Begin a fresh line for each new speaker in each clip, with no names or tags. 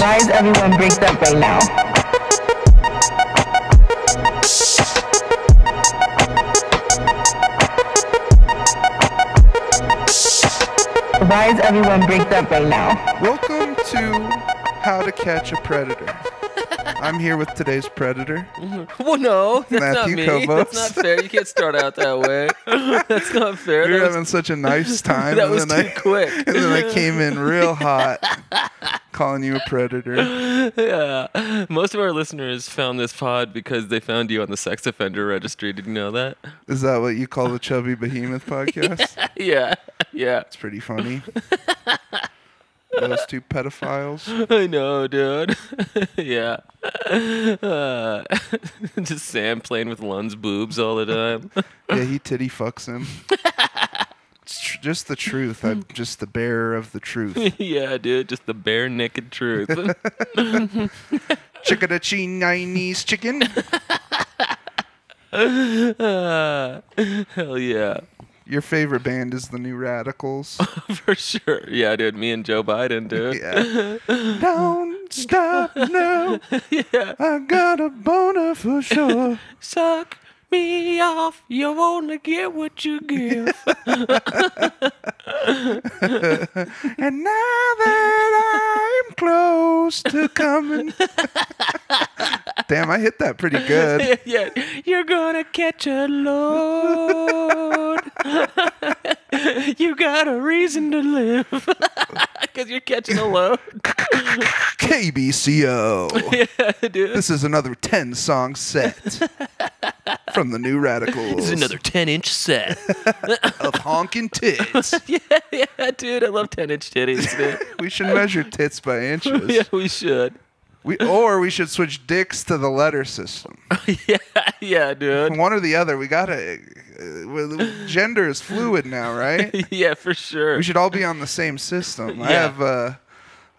Why is everyone breaks up right now? Why is everyone breaks up right now?
Welcome to How to Catch a Predator. I'm here with today's predator.
Well, no, that's
Matthew
not me.
Kobos.
That's not fair. You can't start out that way. that's not fair.
We were
That
having
was,
such a nice time.
that
and
was too
then I,
quick.
And then I came in real hot, calling you a predator.
yeah. Most of our listeners found this pod because they found you on the sex offender registry. Did you know that?
Is that what you call the Chubby Behemoth podcast?
Yeah. Yeah.
It's pretty funny. Those two pedophiles.
I know, dude. yeah. Uh, just Sam playing with Lun's boobs all the time.
Yeah, he titty fucks him. It's tr- just the truth. I'm just the bearer of the truth.
yeah, dude. Just the bare naked truth.
Chickadachee Chinese chicken.
uh, hell yeah.
Your favorite band is the New Radicals.
For sure. Yeah, dude. Me and Joe Biden, dude.
Yeah. Don't stop now.
yeah.
I got a boner for sure.
Suck me off. You only get what you give.
And now that I'm close to coming. Damn, I hit that pretty good.
yeah, you're gonna catch a load. you got a reason to live. Because you're catching a load.
KBCO.
yeah, dude.
This is another 10 song set from the New Radicals.
This is another 10 inch set.
of honking tits.
yeah, yeah, dude. I love 10 inch titties, dude.
We should measure tits by inches.
yeah, we should.
We, or we should switch dicks to the letter system.
yeah, yeah, dude.
One or the other. We gotta. Uh, well, gender is fluid now, right?
yeah, for sure.
We should all be on the same system. I
Yeah.
have uh,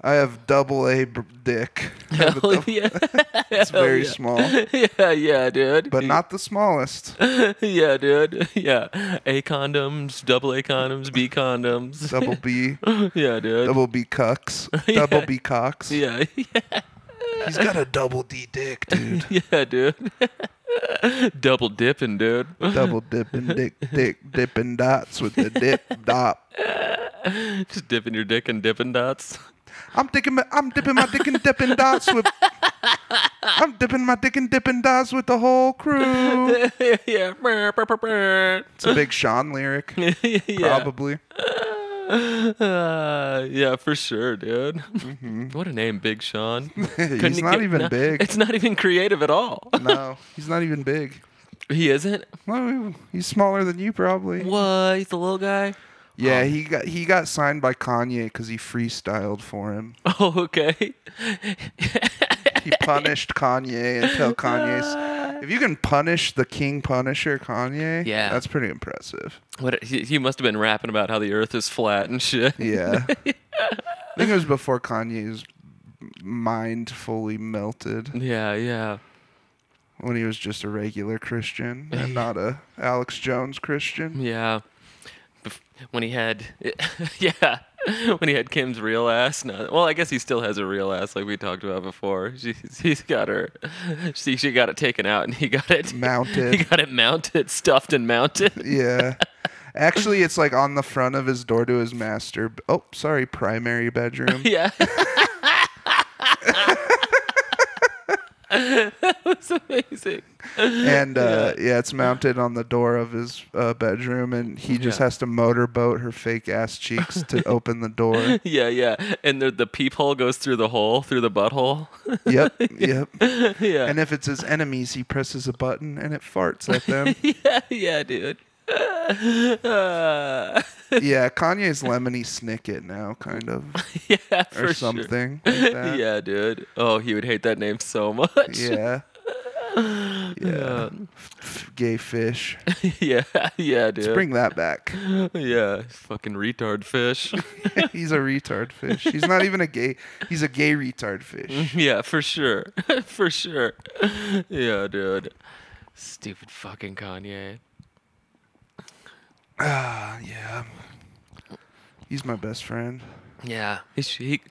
I have double A br- dick. I have a
Hell
double-
yeah.
it's
Hell
very
yeah.
small,
yeah, yeah, dude.
but not the smallest.
yeah, dude. Yeah. A condoms, double A condoms, B condoms.
Double B,
yeah, dude.
double B cucks,
Yeah.
double B cocks.
Yeah.
He's got a double D dick, dude.
yeah, dude. double dipping, dude.
double dipping dick, dick dipping dots with the dip dop.
Just dipping your dick in dipping dots.
I'm dipping my, I'm dipping my dick and dipping dots with I'm dipping my dick and dipping dots with the whole crew.
yeah.
It's a big Sean lyric,
yeah.
probably.
Uh, yeah, for sure, dude. What a name, Big Sean. Couldn't
Mm-hmm. he's
he
not
get-
even
no,
big.
It's not even creative at all.
No, he's not even big.
he isn't.
No, he's smaller than you probably.
What? He's the little guy.
Yeah, he got he got signed by Kanye because he freestyled for him.
Oh, okay.
He punished Kanye until
Uh,
Kanye's. If you can punish the King Punisher, Kanye,
Yeah.
that's pretty impressive.
What he, he must have been rapping about how the Earth is flat and shit.
Yeah. I think it was before Kanye's mind fully melted
Yeah, yeah,
when he was just a regular Christian and not a Alex Jones Christian.
yeah. Bef- When he had, yeah, when he had Kim's real ass. No, well, I guess he still has a real ass, like we talked about before. She's, he's got her. She she got it taken out, and he got it
Mounted.
He got it mounted, stuffed, and mounted.
Yeah. Actually, it's like on the front of his door to his master. Oh, sorry, primary bedroom.
Yeah. that was amazing.
And uh, yeah. it's mounted on the door of his uh, bedroom, and he just
Yeah.
has to motorboat her fake ass cheeks to open the door.
Yeah, yeah. And the the peephole goes through the hole, through the butthole.
Yep, yep.
yeah.
And if it's his enemies, he presses a button and it farts at them.
yeah, yeah, dude. Uh,
yeah, Kanye's Lemony Snicket now, kind of,
yeah, for
or
sure.
something. like that.
Yeah, dude. Oh, he would hate that name so much.
yeah, yeah.
Um,
F- f- gay fish.
yeah, yeah, dude.
Let's bring that back.
Yeah, fucking retard fish.
He's a retard fish. He's not even a gay. He's a gay retard fish.
yeah, for sure, for sure. Yeah, dude. Stupid fucking Kanye.
Ah, yeah. He's my best friend.
Yeah, he sh- he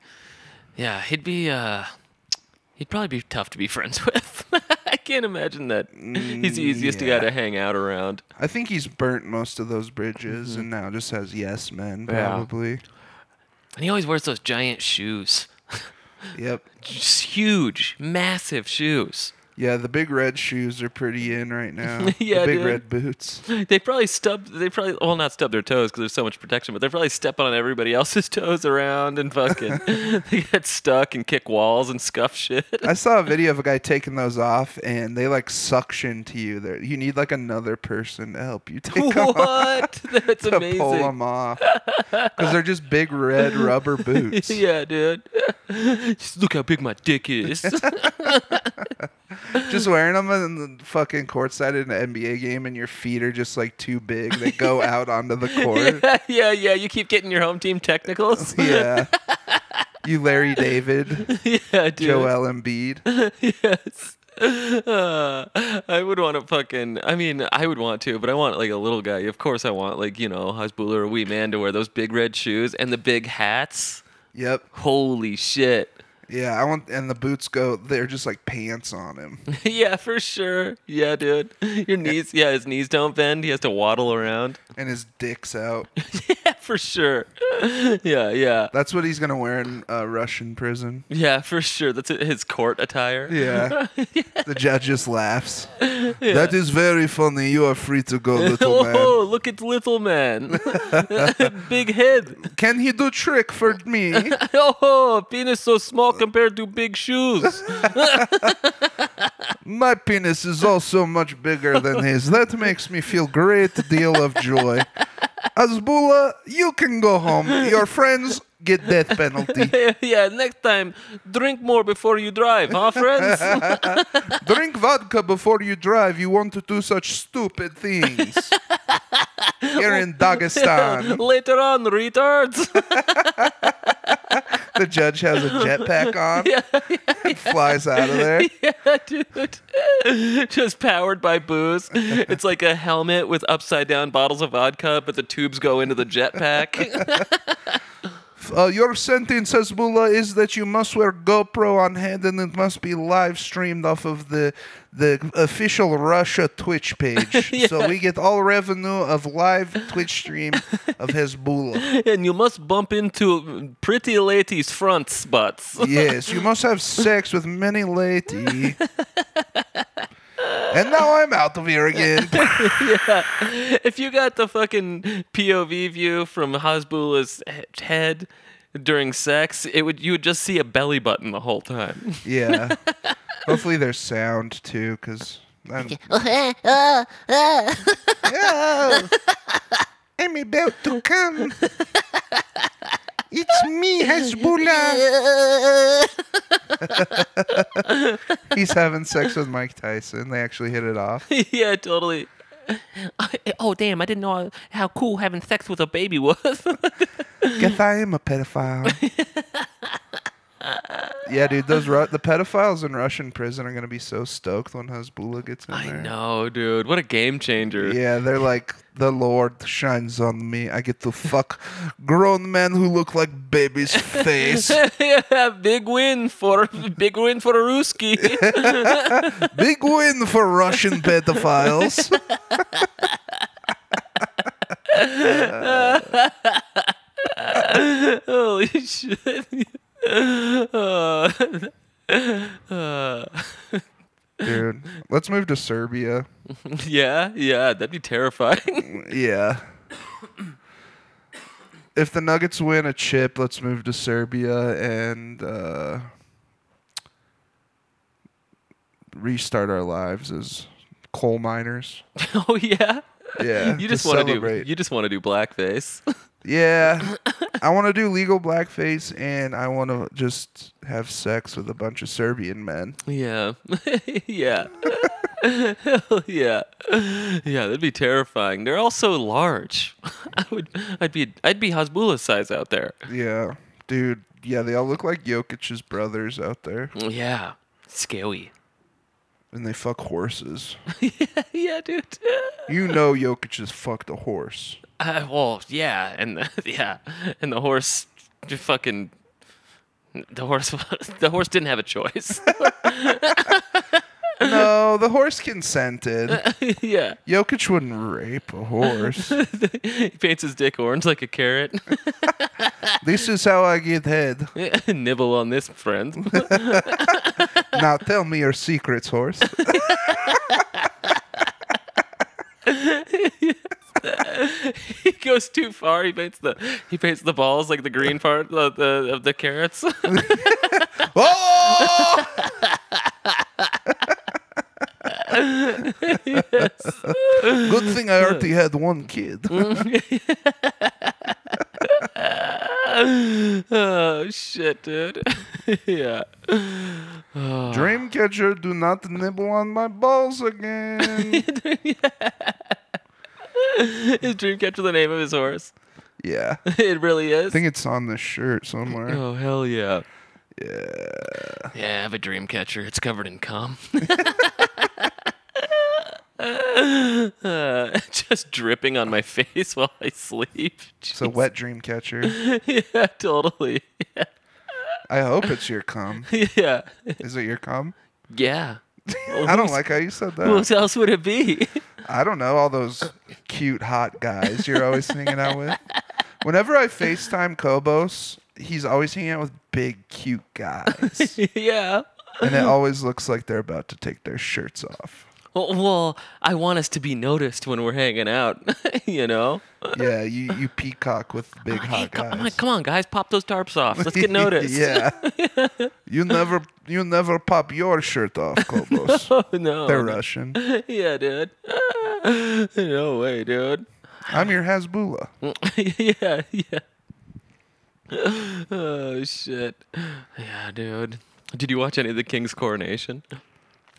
Yeah, he'd be uh he'd probably be tough to be friends with. I can't imagine that. He's the easiest
Mm, yeah.
guy to hang out around.
I think he's burnt most of those bridges and now just has yes men
Mm-hmm. Yeah.
probably.
And he always wears those giant shoes.
Yep.
Just huge, massive shoes.
Yeah, the big red shoes are pretty in right now. The
Yeah,
big
dude.
red boots.
They probably stub. They probably well, not stub their toes because there's so much protection, but they're probably stepping on everybody else's toes around and fucking. they get stuck and kick walls and scuff shit.
I saw a video of a guy taking those off, and they like suction to you. There, you need like another person to help you take them off
what? That's
to
amazing.
pull them off because they're just big red rubber boots.
yeah, dude. Just look how big my dick is.
Just wearing them in the fucking courtside in an NBA game, and your feet are just like too big. They go out onto the court.
yeah, yeah, yeah. You keep getting your home team technicals.
Yeah. You Larry David,
yeah, dude.
Joel Embiid.
yes. Uh, I would want to fucking. I mean, I would want to, but I want like a little guy. Of course, I want like you know Hasbulla or a wee man to wear those big red shoes and the big hats.
Yep.
Holy shit!
Yeah, I want and the boots go. They're just like pants on him.
yeah, for sure. Yeah, dude. Your knees. Yeah, his knees don't bend. He has to waddle around.
and his dick's out.
yeah, for sure. yeah, yeah,
That's what he's gonna wear in uh, Russian prison.
yeah, for sure. That's his court attire.
Yeah. The judge just laughs. That is very funny. You are free to go, little
oh,
man.
look at little man. big head.
Can he do trick for me?
Oh, penis so small
Uh,
compared to big shoes.
My penis is also much bigger than his. That makes me feel great deal of joy. Azbula, you can go home. Your friends get death penalty.
yeah, next time, drink more before you drive, huh, friends?
Drink vodka before you drive. You want to do such stupid things. Here in Dagestan,
Later on, retards.
the judge has a jetpack on and flies out of there.
yeah, dude. Just powered by booze. It's like a helmet with upside down bottles of vodka, but the tubes go into the jetpack.
Uh, your sentence, Hezbollah, is that you must wear GoPro on head and it must be live streamed off of the the official Russia Twitch page. So we get all revenue of live Twitch stream of Hezbollah.
and you must bump into pretty ladies' front spots.
yes, you must have sex with many lady. and now I'm out of here again.
if you got the fucking POV view from Hasbulla's he- head during sex, it would you would just see a belly button the whole time.
yeah. Hopefully there's sound too, because. Oh, I'm about to come. It's me, Hezbollah. He's having sex with Mike Tyson. They actually hit it off.
yeah, totally. Oh damn! I didn't know how cool having sex with a baby was.
Guess I am a pedophile. yeah, dude, those Ru- the pedophiles in Russian prison are gonna be so stoked when Hezbollah gets in
I
there.
know, dude. What a game changer.
Yeah, they're like, the Lord shines on me. I get to fuck grown men who look like babies' face.
Yeah, big win for big win for Ruski.
Big win for Russian pedophiles.
Holy shit! Uh, uh,
Dude, let's move to Serbia.
yeah, yeah, that'd be terrifying.
Yeah. If the Nuggets win a chip, let's move to Serbia and uh, restart our lives as coal miners.
oh yeah.
Yeah,
You just want to do.
celebrate.
You just want to do blackface.
Yeah. I want to do legal blackface and I want to just have sex with a bunch of Serbian men.
yeah, yeah, Hell yeah, yeah. That'd be terrifying. They're all so large. I would. I'd be. I'd be Hasbulla size out there.
Yeah. Dude, yeah, they all look like Jokic's brothers out there
Yeah, scary.
and they fuck horses.
yeah, dude.
You know Jokic just fucked a horse.
Uh, well, yeah, and the, yeah, and the horse, just fucking The horse, was- the horse didn't have a choice.
No, the horse consented.
yeah,
Jokic wouldn't rape a horse.
he paints his dick orange like a carrot.
this is how I get head.
Nibble on this, friend.
Now tell me your secrets, horse.
he goes too far. He paints the he paints the balls like the green part of the of the carrots.
Oh! Good thing I already had one kid.
oh shit, dude. yeah.
Dreamcatcher, do not nibble on my balls again.
Is Dreamcatcher the name of his horse?
yeah. I
it really is.
think it's on this shirt somewhere.
Oh hell yeah. Yeah. Yeah, I have a dream catcher. It's covered in cum. Uh, just dripping on my face while I sleep.
It's a wet dreamcatcher.
yeah, totally.
I hope it's your cum.
Yeah.
Is it your cum?
Yeah.
I don't like how you said
Who
that.
else would it be?
I don't know. All those cute, hot guys you're always hanging out with. Whenever I FaceTime Kobos, he's always hanging out with big, cute guys.
yeah.
and it always looks like they're about to take their shirts off.
Well, well, I want us to be noticed when we're hanging out, you know?
Yeah, you, you peacock with big
Hey,
hot
co- I'm
guys.
like, come on, guys, pop those tarps off. Let's get noticed.
yeah, you never you never pop your shirt off, Kobos.
Oh, no.
They're Russian.
yeah, dude. no way, dude.
I'm your Hasbullah.
yeah, yeah. oh, shit. Yeah, dude. Did you watch any of the King's coronation?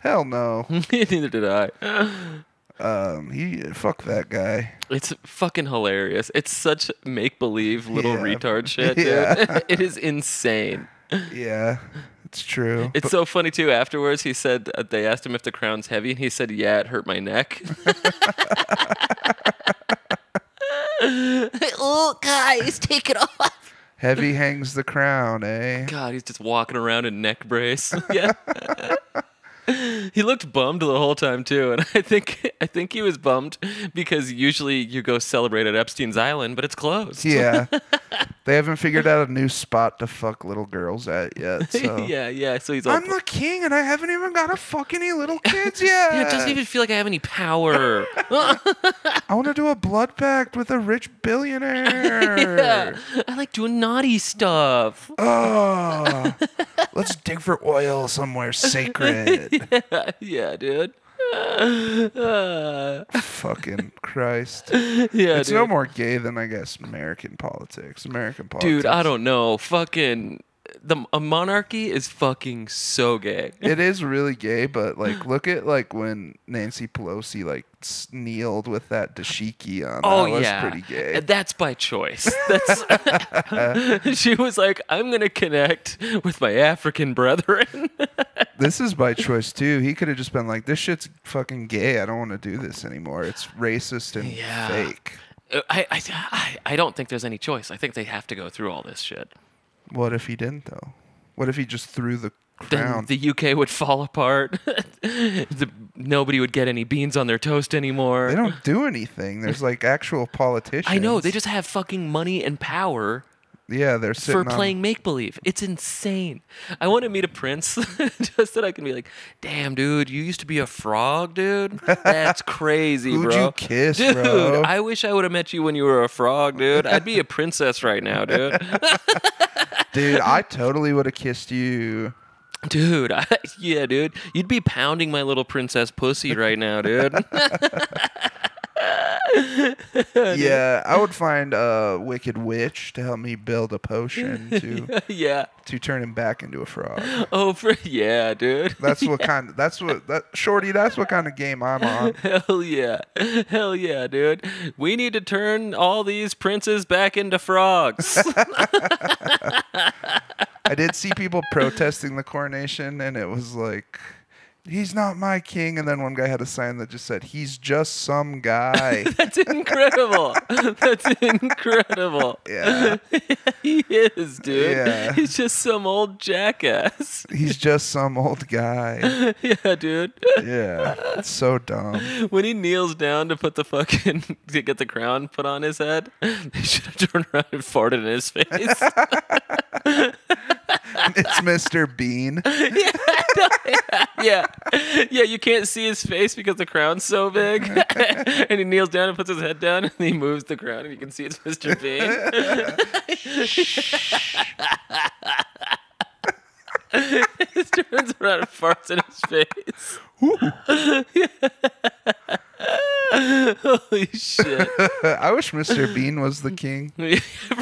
Hell no.
Neither did I.
Um, he fuck that guy.
It's fucking hilarious. It's such make believe little
Yeah.
retard shit, dude.
Yeah.
it is insane.
Yeah, it's true.
It's so funny too. Afterwards, he said uh, they asked him if the crown's heavy, and he said, "Yeah, it hurt my neck." oh, guys, take it off!
Heavy hangs the crown, eh?
God, he's just walking around in neck brace. yeah. He looked bummed the whole time too, and I think I think he was bummed because usually you go celebrate at Epstein's Island, but it's closed.
Yeah. They haven't figured out a new spot to fuck little girls at yet. So.
yeah, yeah. So he's all,
I'm the king, and I haven't even got a fuck any little kids yet.
yeah, it doesn't even feel like I have any power.
I want to do a blood pact with a rich billionaire.
yeah, I like doing naughty stuff.
Oh, let's dig for oil somewhere sacred.
yeah, dude. Uh,
Fucking Christ.
yeah,
It's
dude.
no more gay than, I guess, American politics. American politics.
dude, I don't know. Fucking the a monarchy is fucking so gay.
It is really gay, but like, look at like when Nancy Pelosi like s- kneeled with that dashiki on.
Oh
that was
yeah,
pretty gay.
And That's by choice. That's she was like, I'm gonna connect with my African brethren.
This is by choice too. He could have just been like, "This shit's fucking gay. I don't want to do this anymore. It's racist and
Yeah.
fake."
I, I I I don't think there's any choice. I think they have to go through all this shit.
What if he didn't though? What if he just threw the crown?
Then the UK would fall apart. the, nobody would get any beans on their toast anymore.
They don't do anything. There's like actual politicians.
I know they just have fucking money and power
yeah they're sitting
for playing make believe. It's insane. I want to meet a prince just that I can be like, "Damn, dude, you used to be a frog, dude. That's crazy,
Who'd
bro."
you kiss,
dude?
bro?
I wish I would have met you when you were a frog, dude. I'd be a princess right now, dude.
On, dude. I totally would have kissed you.
dude, I, yeah, dude, you'd be pounding my little princess pussy right now, dude.
Yeah, I would find a wicked witch to help me build a potion to
yeah.
to turn him back into a frog.
Oh, for yeah, dude.
That's what kind. Of, that's what that shorty. That's what kind of game I'm on.
Hell yeah. Hell yeah, dude. We need to turn all these princes back into frogs.
I did see people protesting the coronation, and it was like. he's not my king. And then one guy had a sign that just said, he's just some guy.
That's incredible. That's incredible.
Yeah.
he is, dude.
Yeah.
He's just some old jackass.
he's just some old guy.
yeah, dude.
Yeah. It's so dumb.
When he kneels down to put the fucking to get the crown put on his head, they should have turned around and farted in his face.
It's Mr. Bean.
yeah, yeah. You can't see his face because the crown's so big. and he kneels down and puts his head down, and he moves the crown, and you can see it's Mr. Bean. he turns around and farts in his face. Holy shit!
I wish Mr. Bean was the king.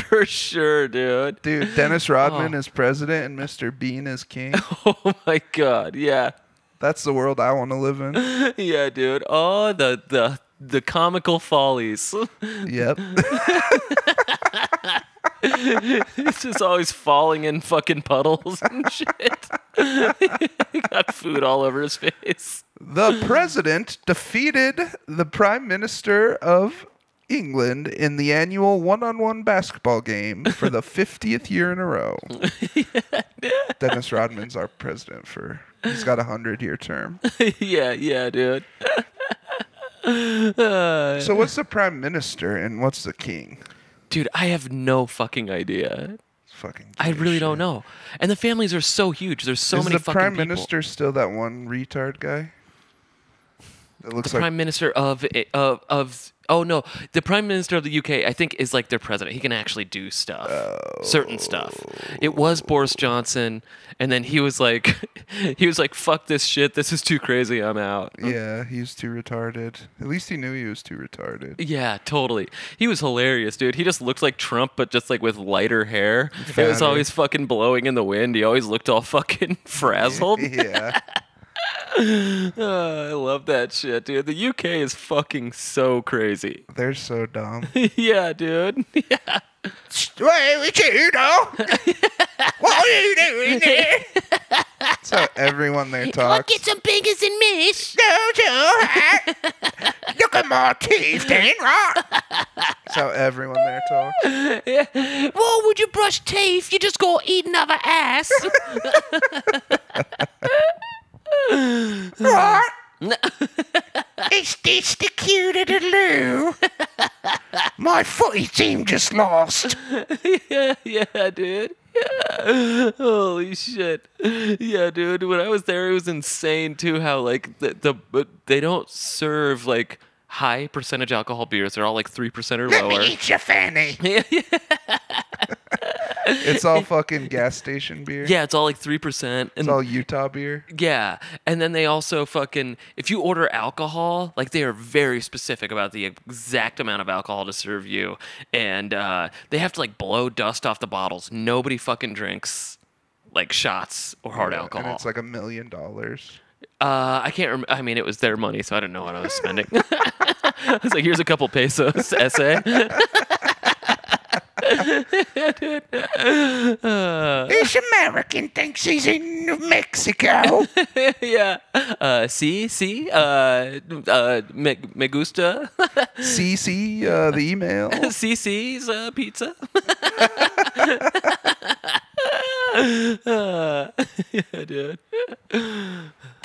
For sure, dude.
Dude, Dennis Rodman is president and Mr. Bean is king.
Oh my god, yeah.
That's the world I want to live in.
Yeah, dude. Oh, the the the comical follies.
Yep.
It's just always falling in fucking puddles and shit. he got food all over his face.
The president defeated the prime minister of England in the annual one-on-one basketball game for the 50th year in a row. Dennis Rodman's our president for he's got a 100-year term.
yeah, yeah, dude. Uh,
So what's the prime minister and what's the king?
dude, I have no fucking idea.
Fucking
I
gay
really don't
shit.
know. And the families are so huge. There's so
Is
many
the
fucking
prime
people.
minister still that one retard guy? That looks like
prime minister of eh, of of oh no, the prime minister of the UK I think is like their president. He can actually do stuff,
Oh.
certain stuff. It was Boris Johnson, and then he was like, he was like, "Fuck this shit. This is too crazy. I'm out."
yeah, he's too retarded. At least he knew he was too retarded.
Yeah, totally. He was hilarious, dude. He just looked like Trump, but just like with lighter hair. It was
Fatter.
always fucking blowing in the wind. He always looked all fucking frazzled.
yeah.
Uh, I love that shit, dude. The UK is fucking so crazy.
They're so dumb.
yeah, dude. Yeah.
Wait, we can't hear now. what are you doing there? That's how everyone there talks.
Get some fingers and mish.
Look at my teeth, Dan Rock. That's how everyone there talks.
Why would you brush teeth? You just go eat another ass.
Is this the cue to the loo? My footy team just lost.
yeah, yeah, dude. Yeah. Holy shit. Yeah, dude. When I was there, it was insane too. How like the, the but they don't serve like high percentage alcohol beers. They're all like three percent or lower.
your fanny.
Yeah, yeah.
It's all fucking gas station beer.
yeah, it's all like three percent. And
It's all Utah beer.
yeah, and then they also fucking if you order alcohol, like they are very specific about the exact amount of alcohol to serve you, and uh, they have to like blow dust off the bottles. Nobody fucking drinks like shots or hard alcohol.
And it's like a million dollars.
Uh, I can't. Rem- I mean, it was their money, so I didn't know what I was spending. I was like, "Here's a couple pesos." Essay. Uh.
This American thinks he's in Mexico.
yeah. Uh, see, see. Uh, uh, me, me gusta.
CC uh, the email.
see, see's uh, pizza. Uh, yeah, dude.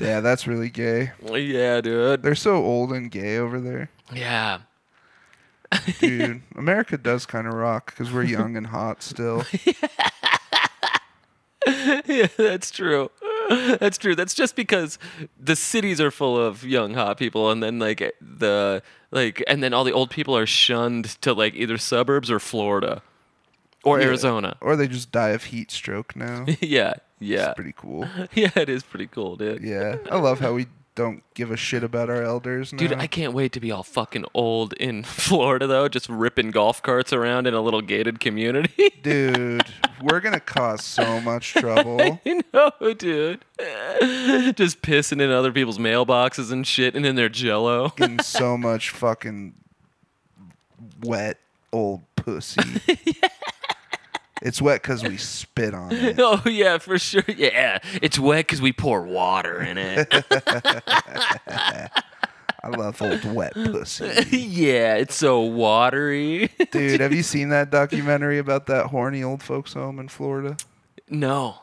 Yeah, that's really gay.
Yeah, dude.
They're so old and gay over there.
Yeah.
Dude, America does kind of rock because we're young and hot still.
yeah, that's true. That's true. That's just because the cities are full of young hot people, and then like the like, and then all the old people are shunned to like either suburbs or Florida or Arizona.
Or they just die of heat stroke now.
yeah, yeah,
It's pretty cool.
yeah. It is pretty cool, dude.
Yeah. I love how we don't give a shit about our elders now.
Dude, I can't wait to be all fucking old in Florida though, just ripping golf carts around in a little gated community.
Dude, we're going to cause so much trouble.
You know, dude. Just pissing in other people's mailboxes and shit and in their jello.
Getting so much fucking wet old pussy. It's wet because we spit on it.
Oh yeah, for sure. Yeah, it's wet because we pour water in it.
I love old wet pussy.
yeah, it's so watery.
Dude, have you seen that documentary about that horny old folks home in Florida?
no.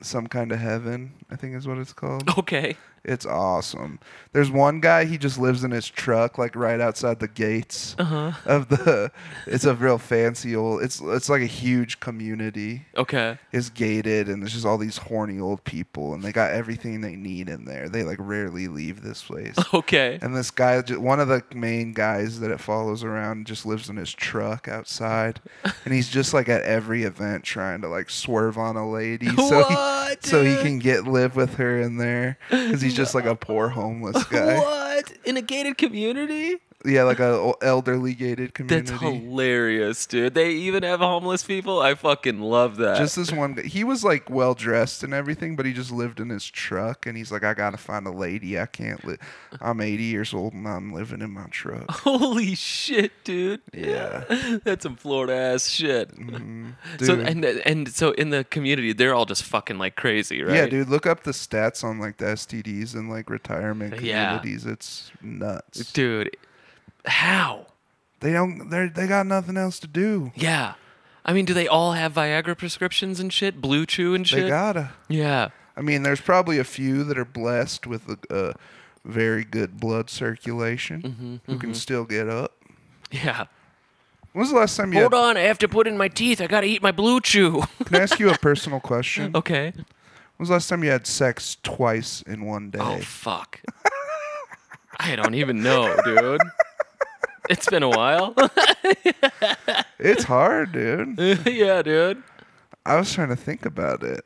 Some kind of heaven, I think is what it's called.
Okay.
It's awesome. There's one guy, he just lives in his truck, like right outside the gates of the. It's a real fancy old. It's it's like a huge community.
Okay.
It's gated, and there's just all these horny old people, and they got everything they need in there. They like rarely leave this place.
Okay.
And this guy, ju- one of the main guys that it follows around, just lives in his truck outside, and he's just like at every event trying to like swerve on a lady so he,
What,
so he
dude?
can get live with her in there because he's just like a poor homeless guy.
What in a gated community?
yeah, like a o- elderly gated
That's
community.
hilarious, dude. They even have homeless people. I fucking love that.
just this one guy. He was like well dressed and everything, but he just lived in his truck, and he's like, I gotta find a lady. I can't live. I'm 80 years old and I'm living in my truck.
Holy shit, dude.
Yeah. Mm-hmm.
That's some Florida ass shit.
Dude.
So and and so in the community, they're all just fucking like crazy, right?
Yeah, dude, look up the stats on like the STDs and like retirement
Yeah.
communities. It's nuts.
Dude, how?
They don't. They they got nothing else to do.
Yeah. I mean, do they all have Viagra prescriptions and shit? Blue Chew and shit?
They gotta.
yeah.
I mean, there's probably a few that are blessed with a, a very good blood circulation
Mm-hmm,
who can still get up.
Yeah.
When was the last time you?
Hold
Had,
on, I have to put in my teeth. I gotta eat my blue chew.
can I ask you a personal question? When
okay.
was the last time you had sex twice in one day?
Oh fuck. I don't even know, dude. It's been a while.
It's hard, dude.
yeah, dude.
I was trying to think about it.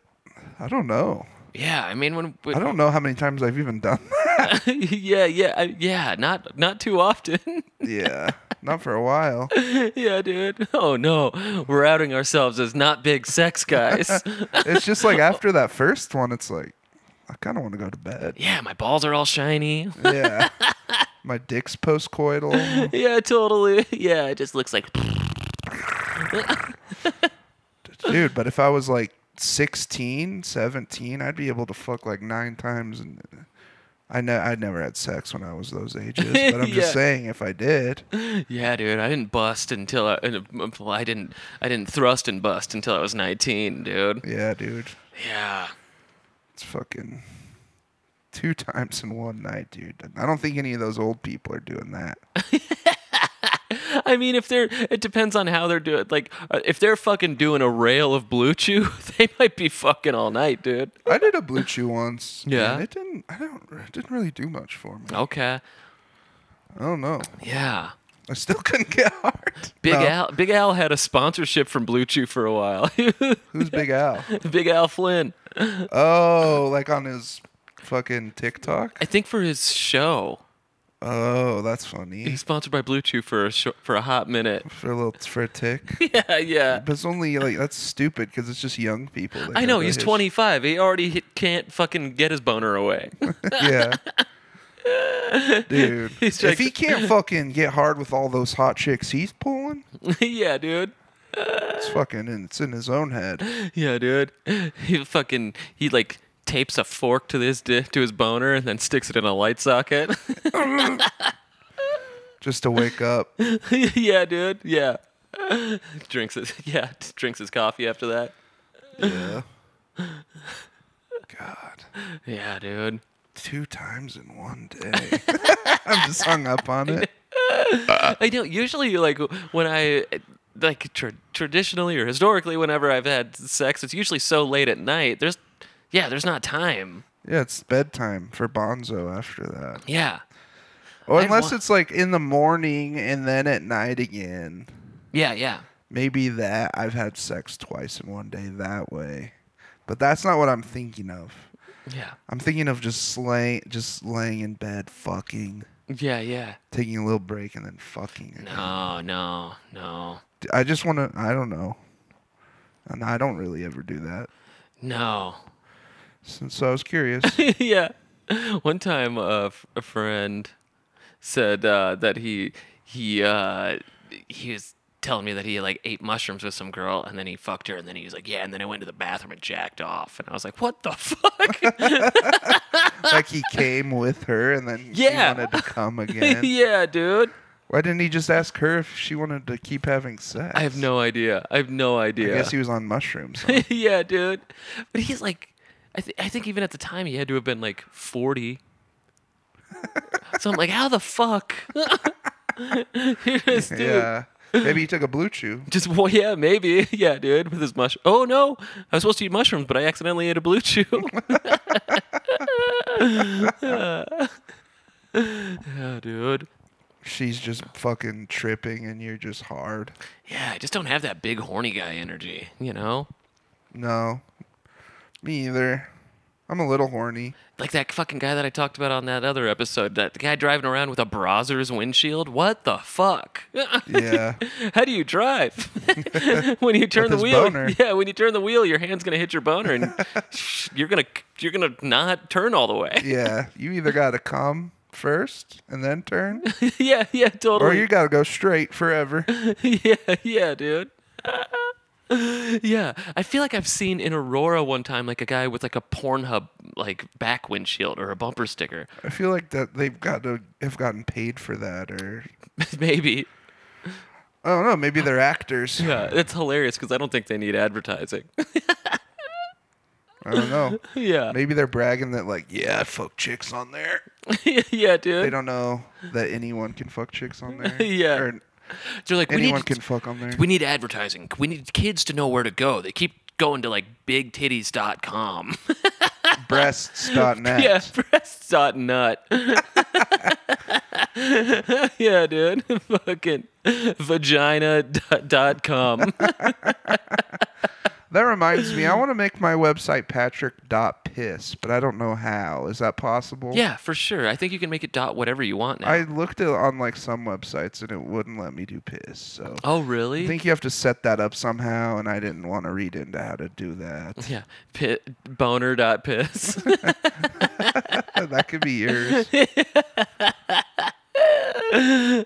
I don't know.
Yeah, I mean when
I don't know how many times I've even done that.
yeah, yeah, I- yeah. Not not too often.
Yeah, not for a while.
yeah, dude. Oh no, we're outing ourselves as not big sex guys.
it's just like after that first one, it's like I kind of want to go to bed.
yeah, my balls are all shiny.
Yeah, my dick's postcoital.
yeah, totally. Yeah, it just looks like.
dude. But if I was like 16, 17, I'd be able to fuck like nine times. And I know I never had sex when I was those ages, but I'm
Yeah.
just saying if I did,
Yeah, dude. I didn't bust until I, until I didn't I didn't thrust and bust until I was 19, dude.
yeah, dude,
Yeah.
it's fucking two times in one night, dude. I don't think any of those old people are doing that.
I mean, if they're, it depends on how they're doing. Like, uh, if they're fucking doing a rail of blue chew, they might be fucking all night, dude.
I did a blue chew once.
Yeah.
and it didn't. I don't. It didn't really do much for me.
Okay.
I don't know.
Yeah.
I still couldn't get hard.
Big
No.
Al, Big Al had a sponsorship from Blue Chew for a while.
Who's Big Al?
Big Al Flynn,
Oh, like on his fucking TikTok.
I think for his show,
Oh, that's
he's
funny.
sponsored by Blue Chew for a sh- for a hot minute.
For a little for a tick,
Yeah, yeah.
but it's only like that's stupid because it's just young people. that
I
go
know
to
he's
his-
25. He already hit, can't fucking get his boner away.
yeah. Dude,
He's
if
like-
he can't fucking get hard with all those hot chicks he's pulling,
yeah, dude.
it's fucking and it's in his own head.
Yeah, dude. He fucking he like tapes a fork to his di- to his boner and then sticks it in a light socket.
Just to wake up.
yeah, dude. Yeah. drinks his yeah, drinks his coffee after that.
Yeah. God.
Yeah, dude.
two times in one day. I'm just hung up on it.
I know. Usually, like when I like tra- traditionally or historically, whenever I've had sex, it's usually so late at night. There's yeah, there's not time.
Yeah, it's bedtime for Bonzo after that.
Yeah.
Or
I'd
unless
want-
it's like in the morning and then at night again.
Yeah, yeah.
Maybe that I've had sex twice in one day that way. But that's not what I'm thinking of.
Yeah.
I'm thinking of just slaying, just laying in bed, fucking,
Yeah, yeah.
taking a little break, and then fucking. again.
No, no, no.
I just want to. I don't know. And I don't really ever do that.
No.
Since I was curious.
yeah. One time, uh, f- a friend said uh, that he he uh, he was telling me that he like ate mushrooms with some girl and then he fucked her and then he was like, yeah, and then I went to the bathroom and jacked off. And I was like, what the fuck?
like he came with her and then
Yeah.
she wanted to come again.
yeah, dude.
Why didn't he just ask her if she wanted to keep having sex?
I have no idea. I have no
I
idea.
guess he was on mushrooms.
yeah, dude. But he's like, I, th- I think even at the time he had to have been like 40. so I'm like, how the fuck? You're just, dude.
yeah. Maybe he took a blue chew.
Just, well, yeah, maybe. Yeah, dude, with his mushroom. Oh, no. I was supposed to eat mushrooms, but I accidentally ate a blue chew. yeah, dude.
She's just fucking tripping and you're just hard.
Yeah, I just don't have that big horny guy energy, you know?
No. Me either. I'm a little horny.
Like that fucking guy that I talked about on that other episode, that guy driving around with a Brazzers windshield. What the fuck?
Yeah.
How do you drive? when you turn
With
the
his
wheel,
boner.
yeah, when you turn the wheel, your hand's gonna hit your boner, and you're gonna you're gonna not turn all the way.
yeah. You either got to come first and then turn,
yeah, yeah,
or
totally.
you got to go straight forever.
yeah, yeah, dude. yeah, I feel like I've seen in Aurora one time, like a guy with like a Pornhub like back windshield or a bumper sticker,
I feel like that they've got to have gotten paid for that, or
maybe.
I don't know. Maybe they're actors.
Yeah, it's hilarious because I don't think they need advertising.
I don't know.
yeah,
Maybe they're bragging that like, yeah, I fuck chicks on there.
yeah,
They
dude.
don't know that anyone can fuck chicks on there.
Yeah.
Or
They're like, we
anyone
need,
can fuck on there.
we need advertising. We need kids to know where to go. They keep going to like bigtitties.com.
Breasts.net.
yeah, breasts dot nut. yeah, dude. Fucking vagina dot, dot com.
That reminds me, I want to make my website patrick.piss, but I don't know how. Is that possible?
yeah, for sure. I think you can make it dot whatever you want now.
I looked it on like some websites and it wouldn't let me do piss. So
oh, really?
I think you have to set that up somehow, and I didn't want to read into how to do that.
yeah, pit, boner dot piss.
that could be yours.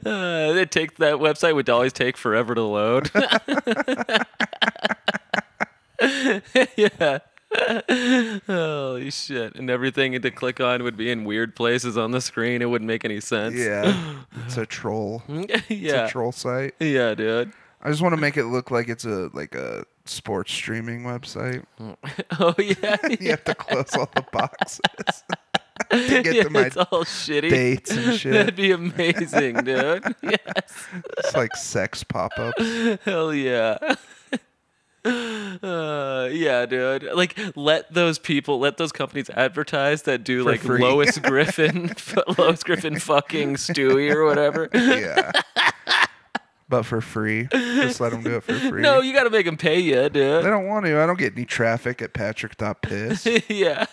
Uh, it take that website would always take forever to load. yeah. Holy shit! And everything to click on would be in weird places on the screen. It wouldn't make any sense.
Yeah, it's a troll.
Mm, yeah.
It's a troll site.
Yeah, dude.
I just want to make it look like it's a like a sports streaming website.
Oh yeah.
You have to close all the boxes to get
Yeah,
to my
it's all shitty.
dates and shit.
That'd be amazing, dude. yes.
It's like sex pop ups.
Hell yeah. Uh, yeah, dude. Like, let those people, let those companies advertise that do like
free.
Lois Griffin, f- Lois Griffin fucking Stewie or whatever.
Yeah. But for free. Just let them do it for free.
No, you gotta make them pay you,
they
dude.
don't want to. I don't get any traffic at patrick.piss. if
yeah.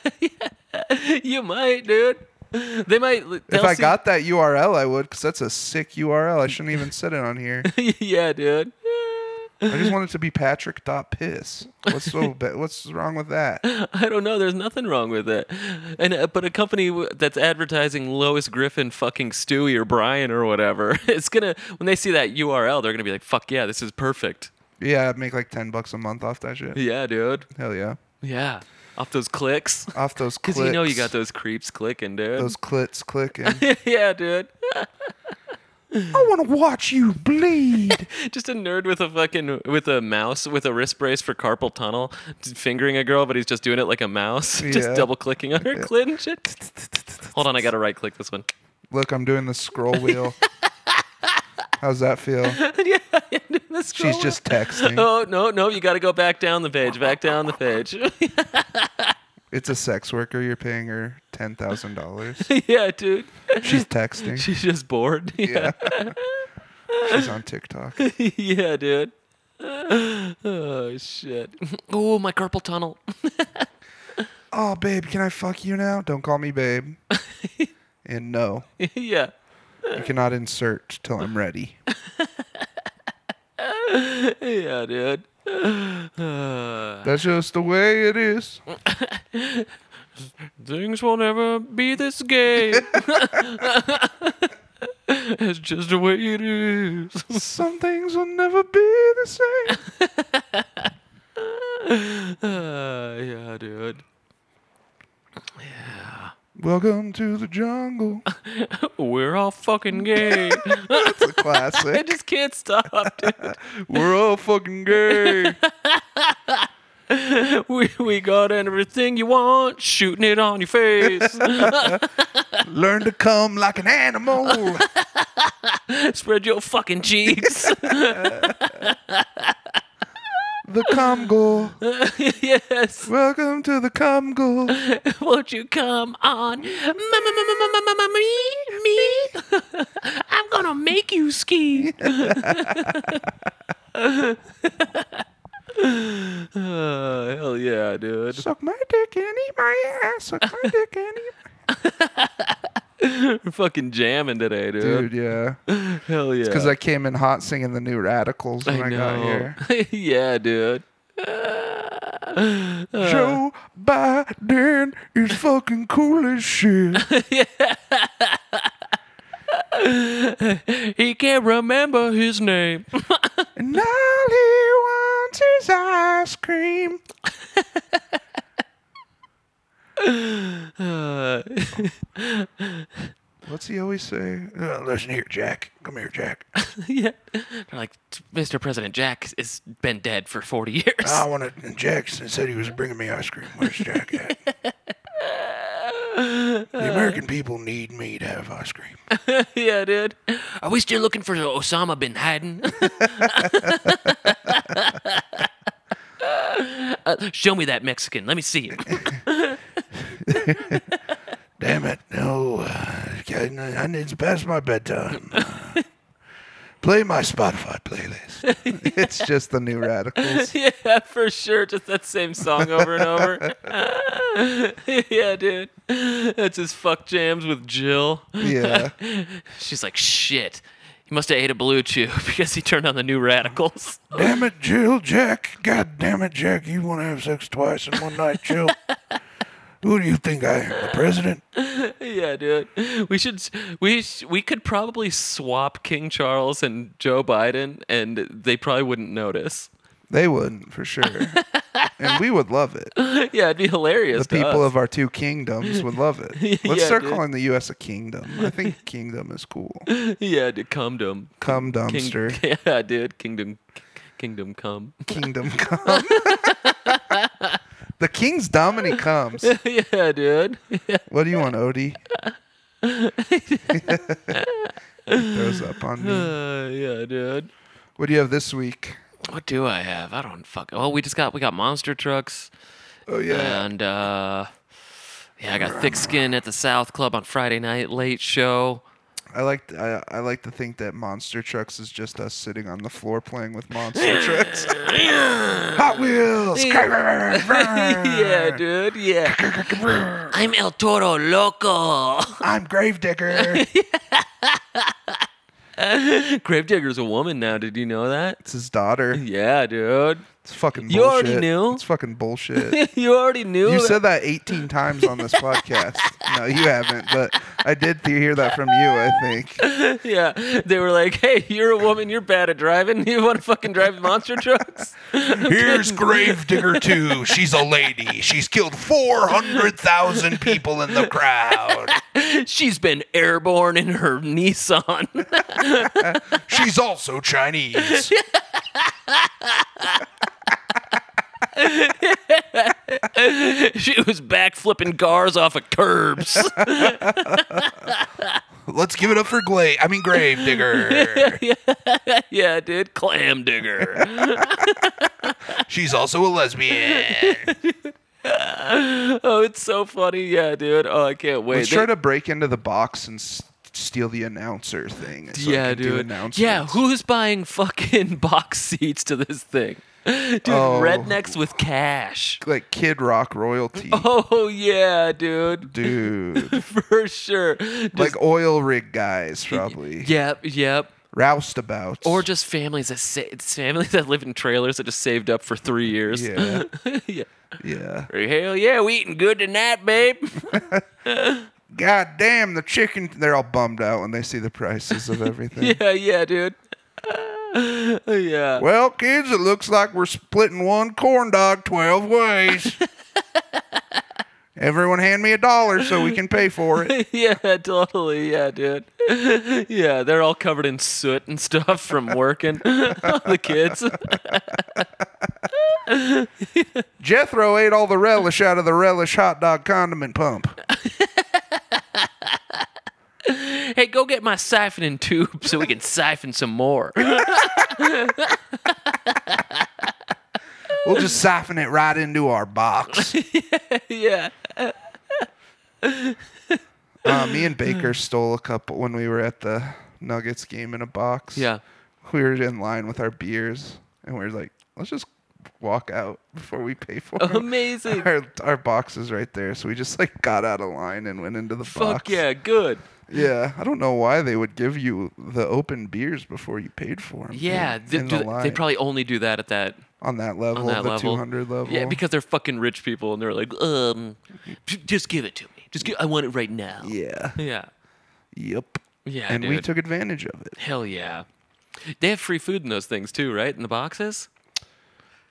you might, dude. They might. they'll
I
see-
got that URL, I would, because that's a sick URL. I shouldn't even set it on here.
yeah, dude.
I just want it to be patrick.piss. What's so ba- What's wrong with that?
I don't know. There's nothing wrong with it. And uh, but a company w- that's advertising Lois Griffin, fucking Stewie or Brian or whatever, it's gonna when they see that URL, they're gonna be like, "Fuck yeah, this is perfect."
Yeah, I'd make like 10 bucks a month off that shit.
Yeah, dude.
Hell yeah.
Yeah, off those clicks.
Off those clicks.
Because you know you got those creeps clicking, dude.
Those clits clicking.
yeah, dude.
I want to watch you bleed.
Just a nerd with a fucking with a mouse with a wrist brace for carpal tunnel, just fingering a girl, but he's just doing it like a mouse, just
Yeah.
double clicking on her clit and shit. Hold on, I gotta right click this one.
Look, I'm doing the scroll wheel. How's that feel?
yeah, the scroll
She's
wheel.
just texting.
Oh no, no! You got to go back down the page, back down the page.
It's a sex worker. You're paying her ten thousand dollars.
yeah, dude.
She's texting.
She's just bored. Yeah,
Yeah. She's on TikTok.
yeah, dude. Oh shit. Oh my carpal tunnel.
Oh, babe, can I fuck you now? Don't call me babe. And no,
yeah,
you cannot insert till I'm ready.
yeah, dude. Uh,
That's just the way it is.
things will never be this gay. It's just the way it is.
Some things will never be the same.
Uh, yeah, dude.
Welcome to the jungle.
We're all fucking gay.
It's a
I
classic.
just can't stop, dude.
We're all fucking gay.
We, we got everything you want, shooting it on your face.
Learn to come like an animal.
Spread your fucking cheeks.
The Congo.
yes.
Welcome to the Congo.
Won't you come on? Me, me. I'm gonna make you ski. Uh, hell yeah, dude.
Suck my dick and eat my ass. Suck my dick and eat.
We're fucking jamming today, dude.
Dude, yeah.
Hell yeah.
Because I came in hot singing the new Radicals when I, got here.
yeah, dude.
Joe Biden is fucking cool as shit.
He can't remember his name.
and all he wants is ice cream.
Uh,
What's he always say? Uh, listen here, Jack. Come here, Jack.
yeah. They're like, Mr. President Jack has been dead for 40 years.
I want to. Jackson said he was bringing me ice cream. Where's Jack at? the American people need me to have ice cream.
yeah, dude. Are we still looking for Osama bin Laden? Uh, show me that Mexican. Let me see him.
Damn it. No. Uh, I I need to pass my bedtime. Uh, play my Spotify playlist. it's just the new radicals.
yeah, for sure. Just that same song over and over. yeah, dude. That's his fuck jams with Jill.
Yeah.
She's like, shit. He must have ate a blue chew because he turned on the new radicals.
Damn it, Jill, Jack. God damn it, Jack. You want to have sex twice in one night, Jill. Who do you think I am, the president?
yeah, dude. We should s- we sh- we could probably swap King Charles and Joe Biden and they probably wouldn't notice.
They wouldn't, for sure. and we would love it.
yeah, it'd be hilarious.
The
to
people
us.
of our two kingdoms would love it. Let's
Yeah,
start
dude.
calling the U.S. a kingdom. I think kingdom is cool.
yeah, dude, cumdom.
Come
King-
dumpster.
yeah, dude, kingdom, kingdom come.
Kingdom come. the king's Domini comes.
yeah, dude.
What do you want, Odie? He throws up on me.
Uh, yeah, dude.
What do you have this week?
What do I have? I don't fuck. Well, we just got we got monster trucks
Oh yeah,
and uh yeah, I got thick skin at the South Club on Friday night late show.
I like to- I, I like to think that Monster Trucks is just us sitting on the floor playing with Monster Trucks. Hot Wheels.
yeah, dude. Yeah. I'm El Toro Loco.
I'm Gravedigger.
Gravedigger's a woman now. Did you know that?
It's his daughter.
Yeah, dude.
It's fucking. Bullshit.
You already knew.
It's fucking bullshit.
you already knew.
You
that.
said that 18 times on this podcast. No, you haven't, but I did th- hear that from you, I think.
Yeah, they were like, "Hey, you're a woman. You're bad at driving. You want to fucking drive monster trucks?"
Here's Gravedigger 2. She's a lady. She's killed 400,000 people in the crowd.
She's been airborne in her Nissan.
She's also Chinese.
she was back flipping cars off of curbs.
Let's give it up for Glay. I mean, Gravedigger.
yeah, dude, clam digger.
She's also a lesbian.
oh, it's so funny. Yeah, dude. Oh, I can't wait.
Let's
They-
try to break into the box and s- steal the announcer thing. so I
yeah,
can do
dude.
announcements.
Yeah, who's buying fucking box seats to this thing? Dude,
Oh.
rednecks with cash.
Like Kid Rock royalty.
Oh yeah, dude.
Dude.
For sure. Just-
like oil rig guys, probably.
Yep, yep.
Roustabouts.
Or just families that sa- it's families that live in trailers that just saved up for three years.
Yeah.
yeah.
Yeah.
Hell yeah, we eating good tonight, babe.
God damn, the chicken. They're all bummed out when they see the prices of everything.
Yeah, yeah, dude. yeah.
Well, kids, it looks like we're splitting one corn dog 12 ways. Everyone hand me a dollar so we can pay for it.
yeah, totally. Yeah, dude. Yeah, they're all covered in soot and stuff from working. the kids.
Jethro ate all the relish out of the relish hot dog condiment pump.
hey, go get my siphoning tube so we can siphon some more.
We'll just siphon it right into our box.
yeah.
Uh, me and Baker stole a couple when we were at the Nuggets game in a box.
Yeah.
We were in line with our beers and we were like, let's just walk out before we pay for it.
Amazing.
Our, our box is right there. So we just like got out of line and went into the box.
Fuck yeah, good.
Yeah, I don't know why they would give you the open beers before you paid for them.
Yeah,
in
they,
the
do- they
line,
probably only do that at that
on that
on
level,
that
the
level.
200 level.
Yeah, because they're fucking rich people and they're like, um, j- just give it to me. Just give, I want it right now.
yeah,
Yeah.
yep.
Yeah,
and we
dude.
took advantage of it.
Hell yeah. They have free food in those things too, right? In the boxes?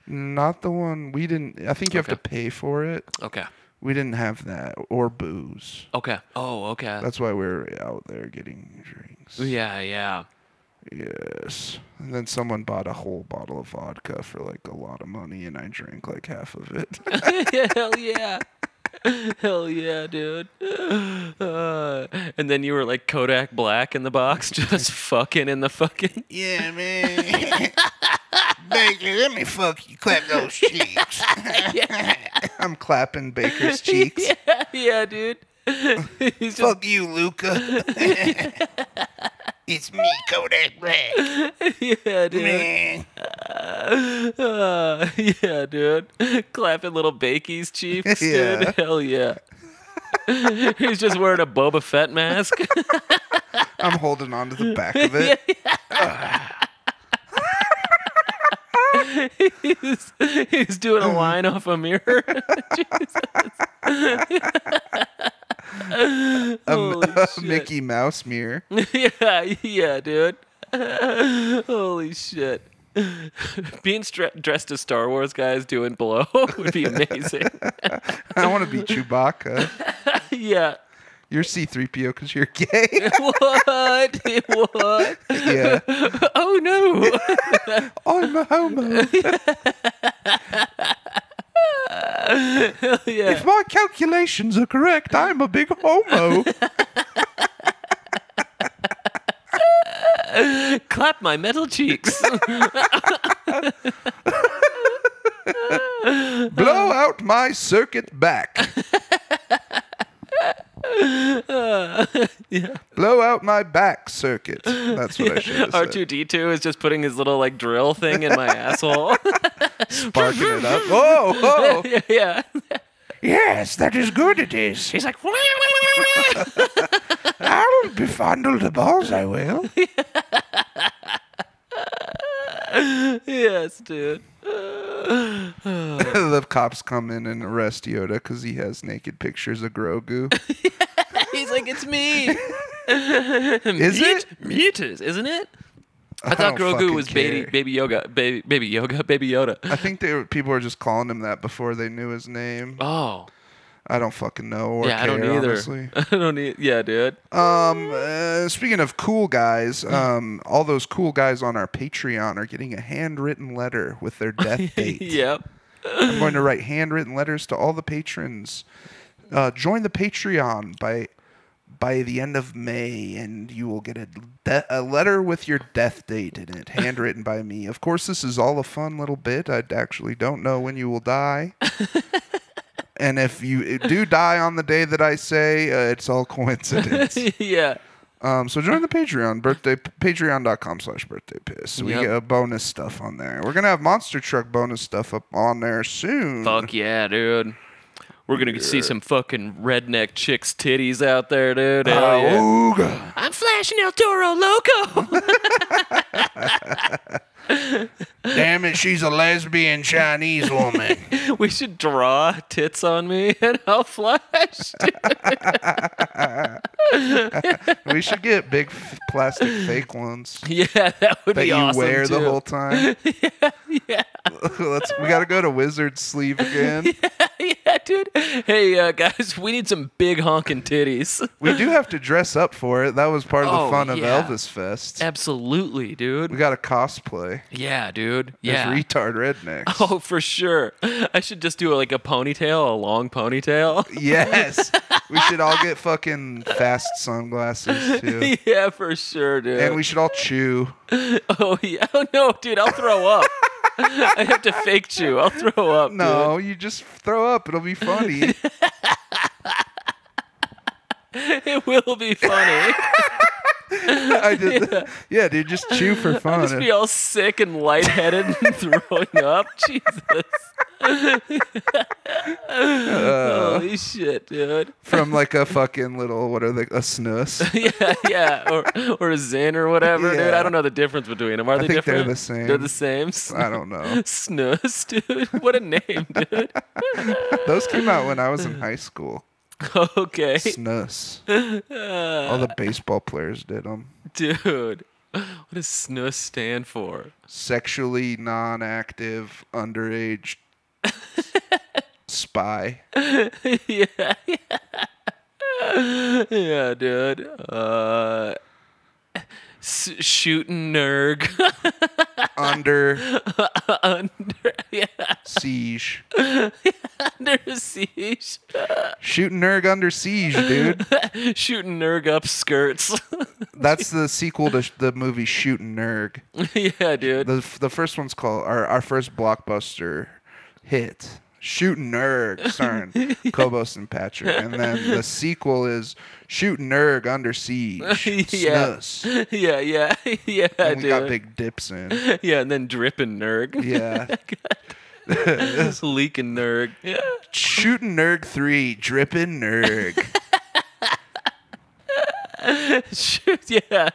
Not the one we didn't. I think you
Okay.
have to pay for it.
Okay.
We didn't have that or booze.
Okay. Oh, okay.
That's why we were out there getting drinks.
yeah, yeah.
Yes. And then someone bought a whole bottle of vodka for like a lot of money, and I drank like half of it.
Hell yeah. Hell yeah, dude. Uh, and then you were like Kodak Black in the box, just fucking in the fucking.
Yeah, man. Baker, let me fuck you. Clap those cheeks. I'm clapping Baker's cheeks.
yeah, dude. He's just
Fuck you, Luca. it's me, Kodak Black.
yeah, dude.
Man.
Uh, yeah, dude. Clapping little Bakey's cheeks,
Yeah.
dude. Hell yeah. He's just wearing a Boba Fett mask.
I'm holding on to the back of it.
he's, he's doing a line off a mirror. Jesus. Holy
A
shit.
Mickey Mouse mirror.
yeah, yeah, dude. Holy shit. Being stra- dressed as Star Wars guys doing blow would be amazing.
I want to be Chewbacca.
yeah.
You're C3PO because you're gay.
What? what?
yeah.
Oh no.
I'm a homo.
Hell yeah.
If my calculations are correct, I'm a big homo.
Clap my metal cheeks.
Blow out my circuit back.
yeah.
Blow out my back circuit. That's what I should have said.
R2D2 is just putting his little like drill thing in my asshole.
Sparking it up. Whoa, whoa.
yeah, yeah.
Yes, that is good it is.
He's like,
I will befondle the balls, I will.
yes, dude.
the cops come in and arrest Yoda because he has naked pictures of Grogu.
He's like, it's me.
Is
Meat-
it?
Muters, isn't it? I
I
thought
don't
Grogu
fucking
was baby,
care.
baby yoga, baby, baby yoga, baby Yoda.
I think they were, people were just calling him that before they knew his name.
Oh,
I don't fucking know or
yeah, I don't
care,
either.
honestly.
I don't need. Yeah, dude.
Um, uh, speaking of cool guys, um, all those cool guys on our Patreon are getting a handwritten letter with their death date.
yep.
I'm going to write handwritten letters to all the patrons. Uh, join the Patreon by by the end of May, and you will get a, de- a letter with your death date in it, handwritten by me. Of course, this is all a fun little bit. I actually don't know when you will die. And if you do die on the day that I say, uh, it's all coincidence.
yeah.
Um, so join the Patreon, birthday patreon.com slash birthday piss. We
Yep.
get uh, bonus stuff on there. We're gonna have monster truck bonus stuff up on there soon.
Fuck yeah, dude. We're gonna see some fucking redneck chicks' titties out there,
Oh,
dude. Hell yeah.
Ooga.
I'm flashing El Toro Loco.
Damn it, she's a lesbian Chinese woman.
We should draw tits on me and I'll flush. dude.
we should get big f- plastic fake ones
yeah, that would
that
be
you
awesome.
wear the
too.
whole time. yeah, Let's, we gotta go to wizard sleeve again.
yeah, dude. Hey, uh, guys, we need some big honking titties.
We do have to dress up for it. That was part of the
Oh,
fun of
yeah.
Elvis Fest.
Absolutely,
We
dude.
got a cosplay.
Yeah, dude.
There's
Yeah.
retard rednecks.
Oh, for sure. I should just do like a ponytail, a long ponytail.
Yes. we should all get fucking fast sunglasses too.
yeah, for sure, dude.
And we should all chew.
oh yeah. Oh no, dude, I'll throw up. I have to fake chew. I'll throw up.
No, you just throw up. It'll be funny.
dude. it will be funny.
I did. Yeah. dude, just chew for fun.
Just be all sick and lightheaded and throwing up. Jesus.
Uh-huh.
Holy shit, dude.
Uh, from like a fucking little what are they a snus?
Yeah, yeah. Or or a Zen or whatever, dude.
Yeah.
I don't know the difference between them. Are they
think they're
different?
the same.
They're the same. Sn-
I don't know.
Snus, dude. What a name, dude.
Those came out when I was in high school.
okay,
Snus. All the baseball players did them.
dude. What does snus stand for?
Sexually non-active underage spy.
yeah, yeah. yeah, dude. Uh, s- shooting nerg
Under
under yeah
siege.
under siege.
Shooting Nerg under siege, dude.
Shooting nerg up skirts.
That's the sequel to sh- the movie Shooting Nerg.
Mm. yeah, dude.
The f- the first one's called our our first blockbuster hit. Shooting Nerg, starring Kobos and Patrick, and then the sequel is Shooting Nerg Under Siege.
Yeah.
Snus.
yeah, yeah, yeah,
And we
dude.
got big dips in.
yeah, and then dripping nerg.
Yeah.
leaking nerg. Yeah.
Shooting Nerg three, dripping Nerg.
Shoot, yeah.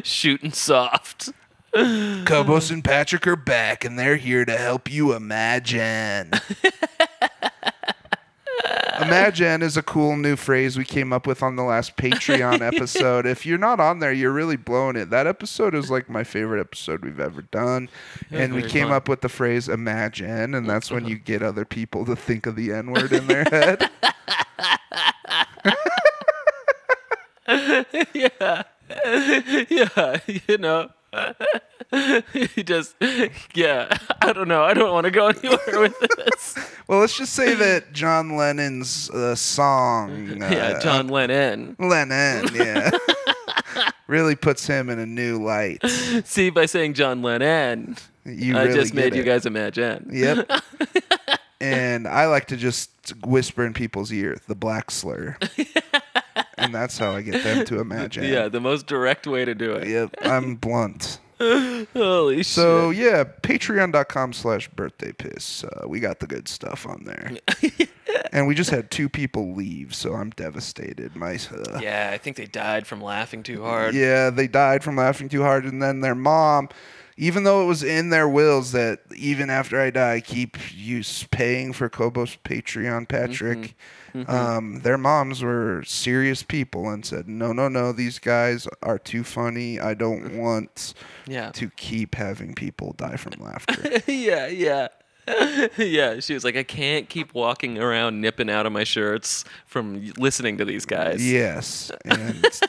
Shooting soft.
Kobos and Patrick are back, and they're here to help you imagine. imagine is a cool new phrase we came up with on the last Patreon episode. if you're not on there, you're really blowing it. That episode is like my favorite episode we've ever done. and we
very
came
fun. Uh-huh.
up with the phrase imagine, and that's when you get other people to think of the N word in their head.
yeah, you know. you just, yeah, I don't know. I don't want to go anywhere with this.
Well, let's just say that John Lennon's uh, song. Uh,
yeah, John Lennon.
Lennon, yeah. really puts him in a new light.
See, by saying John Lennon,
You
I
really
just made
get
you
it.
guys imagine.
Yep. and I like to just whisper in people's ear the black slur. and that's how I get them to imagine.
Yeah, the most direct way to do it.
Yep. I'm blunt.
Holy
So yeah, patreon.com slash birthday piss. Uh, we got the good stuff on there. and we just had two people leave, so I'm devastated. My uh,
shit. Yeah, I think they died from laughing too hard.
Yeah, they died from laughing too hard, and then their mom, even though it was in their wills that even after I die, keep you s- paying for Kobo's Patreon,
Mm-hmm.
Patrick. Um, their moms were serious people and said, "No, no, no, these guys are too funny. I don't want
Mm-hmm. Yeah.
to keep having people die from laughter."
yeah, yeah. yeah, she was like, I can't keep walking around nipping out of my shirts from y- listening to these guys.
yes, and it's-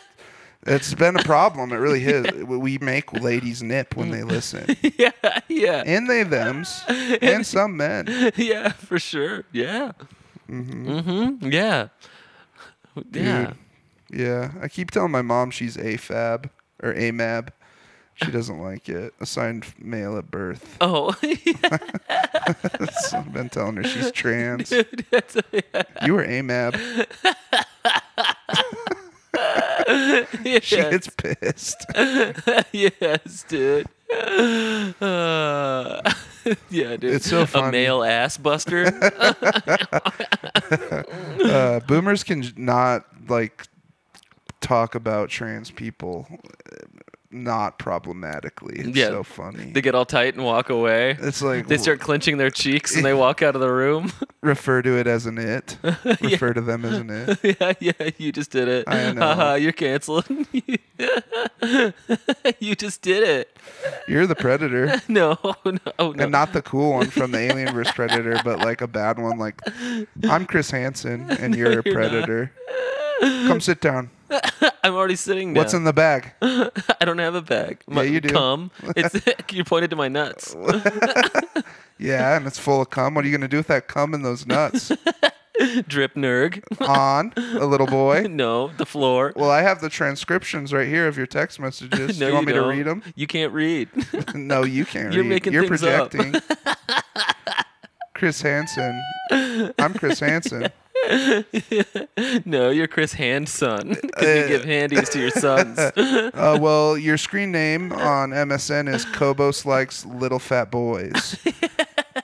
it's been a problem. It really is. We make ladies nip when they listen,
yeah, yeah,
and they them's, and some men.
yeah, for sure. Yeah. Mm-hmm. Yeah. Yeah.
Yeah, I keep telling my mom she's AFAB or AMAB. She doesn't like it. Assigned male at birth.
Oh, yeah,
So I've been telling her she's trans.
dude, that's
You were AMAB. She
yes,
gets pissed.
yes, dude. Uh, yeah, dude.
It's so
A
funny.
male ass buster.
Uh, boomers can j- not like talk about trans people uh, not problematically. It's
Yeah.
so funny.
They get all tight and walk away.
it's like
They
w-
start clenching their cheeks and they walk out of the room.
refer to it as an it. Refer to them as an it.
yeah, yeah, you just did it.
I know.
Haha, you're canceled. you just did it.
You're the predator.
No, no, oh, no.
And not the cool one from the Alien vs Predator, but like a bad one. Like, I'm Chris Hansen, and you're a
you're not.
predator. Come sit down.
I'm already sitting down.
What's in the bag?
I don't have a bag. My
you do.
Cum. It's you pointed to my nuts.
Yeah, and it's full of cum. What are you gonna do with that cum and those nuts?
Drip nerg.
On a little boy.
no, the floor.
Well, I have the transcriptions right here of your text messages.
no,
do you want me
don't.
to read them?
You can't read.
No, you can't.
You're
read.
making
You're
things up.
projecting. Chris Hansen. I'm Chris Hansen.
no, you're Chris Handson because you give handies to your sons.
Uh, well, your screen name on MSN is Kobos likes little fat boys.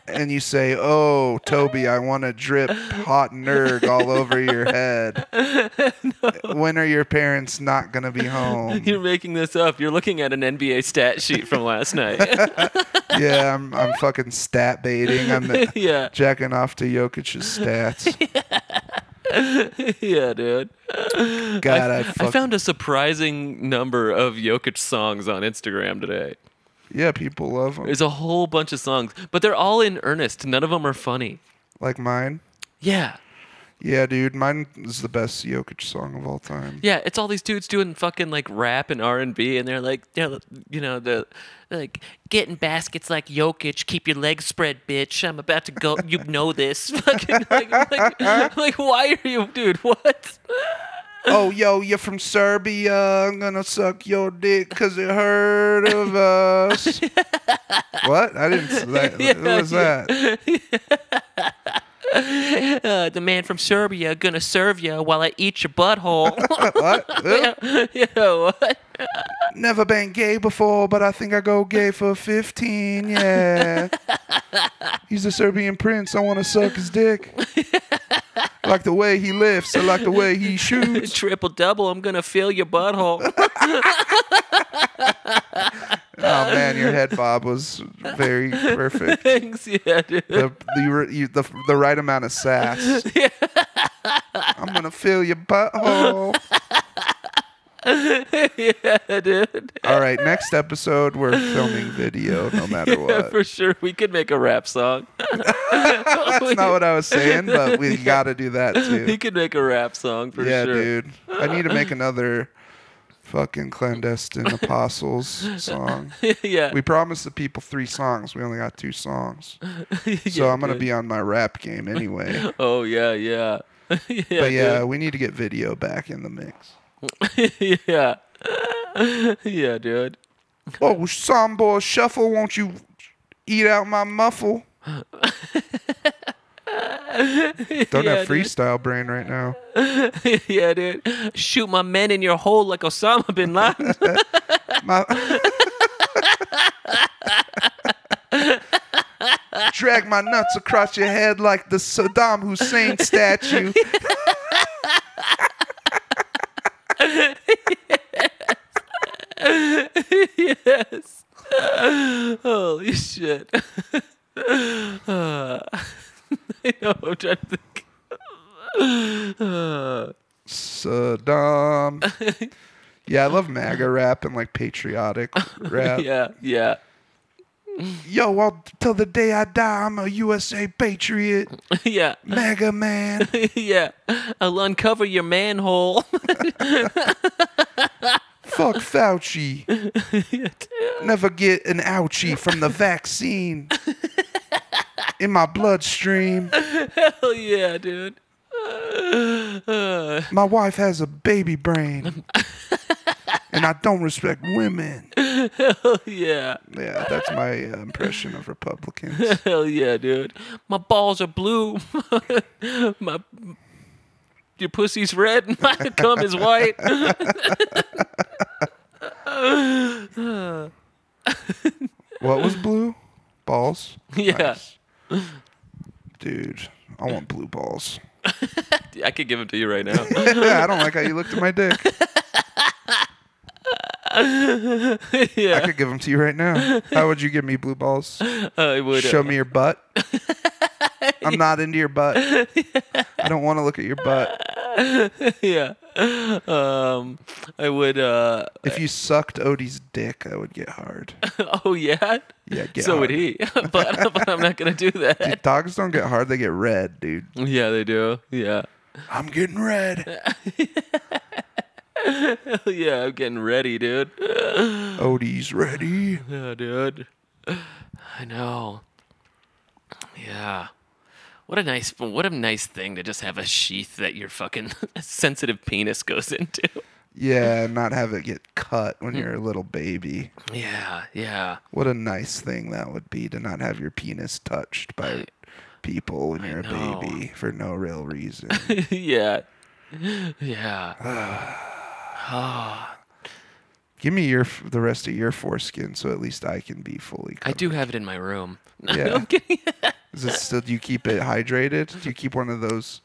And you say, "Oh, Toby, I want to drip hot nerg all over your head." When are your parents not gonna be home?
you're making this up. You're looking at an NBA stat sheet from last night.
yeah, I'm, I'm fucking stat baiting. I'm
yeah,
jacking off to Jokic's stats.
yeah, dude.
God, I,
I
fuck,
found a surprising number of Jokic songs on Instagram today.
yeah, people love them.
There's a whole bunch of songs, but they're all in earnest. None of them are funny.
Like mine.
Yeah.
Yeah, dude, mine is the best Jokic song of all time.
Yeah, it's all these dudes doing fucking like rap and R and B, and they're like, they're, you know, the like getting baskets like Jokic. Keep your legs spread, bitch. I'm about to go. You know this. Fucking like, like, like, why are you, dude? What?
oh, yo, you're from Serbia. I'm gonna suck your dick because it heard of us. what? I didn't. s- That, what was that?
Uh, the man from Serbia gonna serve you while I eat your butthole.
What? Oop.
yeah, what?
Never been gay before, but I think I go gay for 15. Yeah. He's a Serbian prince. I want to suck his dick. I like the way he lifts. I like the way he shoots.
Triple double. I'm gonna fill your butthole.
Oh, man, your head bob was very perfect.
Thanks. Yeah, dude.
The, the, you were- you, the, the right amount of sass. I'm going to fill your butthole.
yeah, dude.
All right, next episode, we're filming video no matter
Yeah,
what.
for sure. We could make a rap song.
That's not what I was saying, but we got to do that too.
He could make a rap song for
yeah,
sure.
dude. I need to make another fucking clandestine apostles song.
yeah.
We promised the people three songs. We only got two songs. So I'm gonna be on my rap game anyway.
Oh yeah, yeah. yeah,
but yeah, we need to get video back in the mix.
dude. yeah. yeah, dude.
Oh, some boy shuffle, won't you eat out my muffle? Don't
Yeah,
have freestyle brain right now.
dude. yeah, dude. Shoot my men in your hole like Osama bin Laden.
My Drag my nuts across your head like the Saddam Hussein statue.
yes. Holy shit. Uh, I know. I'm trying to think. Uh,
Saddam. Yeah, I love MAGA rap and like patriotic rap.
yeah, yeah.
Yo, I'll, till the day I die, I'm a USA patriot,
yeah.
MAGA man.
yeah. I'll uncover your manhole.
Fuck Fauci. Never get an ouchie from the vaccine in my bloodstream.
Hell yeah, dude. Uh,
My wife has a baby brain. And I don't respect women.
hell yeah.
Yeah, that's my uh, impression of Republicans.
Hell yeah, dude. My balls are blue. My your pussy's red. My cum is white.
What was blue? Balls?
Yeah.
Dude, I want blue balls.
I could give them to you right now.
I don't like how you looked at my dick. I
yeah,
could give them to you right now. How would you give me blue balls?
I would. uh,
Show me your butt. I'm not into your butt. I don't want to look at your butt.
uh, yeah. Um, I would. Uh,
If you sucked Odie's dick, I would get hard.
oh yeah.
Yeah, get
so would
hard.
he, but, but I'm not gonna do that.
Dogs don't get hard; they get red, dude.
Yeah, they do. Yeah,
I'm getting red.
yeah. I'm getting ready, dude.
Odie's ready.
Yeah, dude. I know. Yeah. What a nice, what a nice thing to just have a sheath that your fucking sensitive penis goes into.
Yeah, and not have it get cut when you're a little baby.
Yeah, yeah.
What a nice thing that would be to not have your penis touched by people when you're a
know.
baby for no real reason.
yeah. Yeah.
Give me your f- the rest of your foreskin so at least I can be fully.
I
Covered.
do have it in my room. No,
Yeah.
I'm kidding.
Is it still? Do you keep it hydrated? Do you keep one of those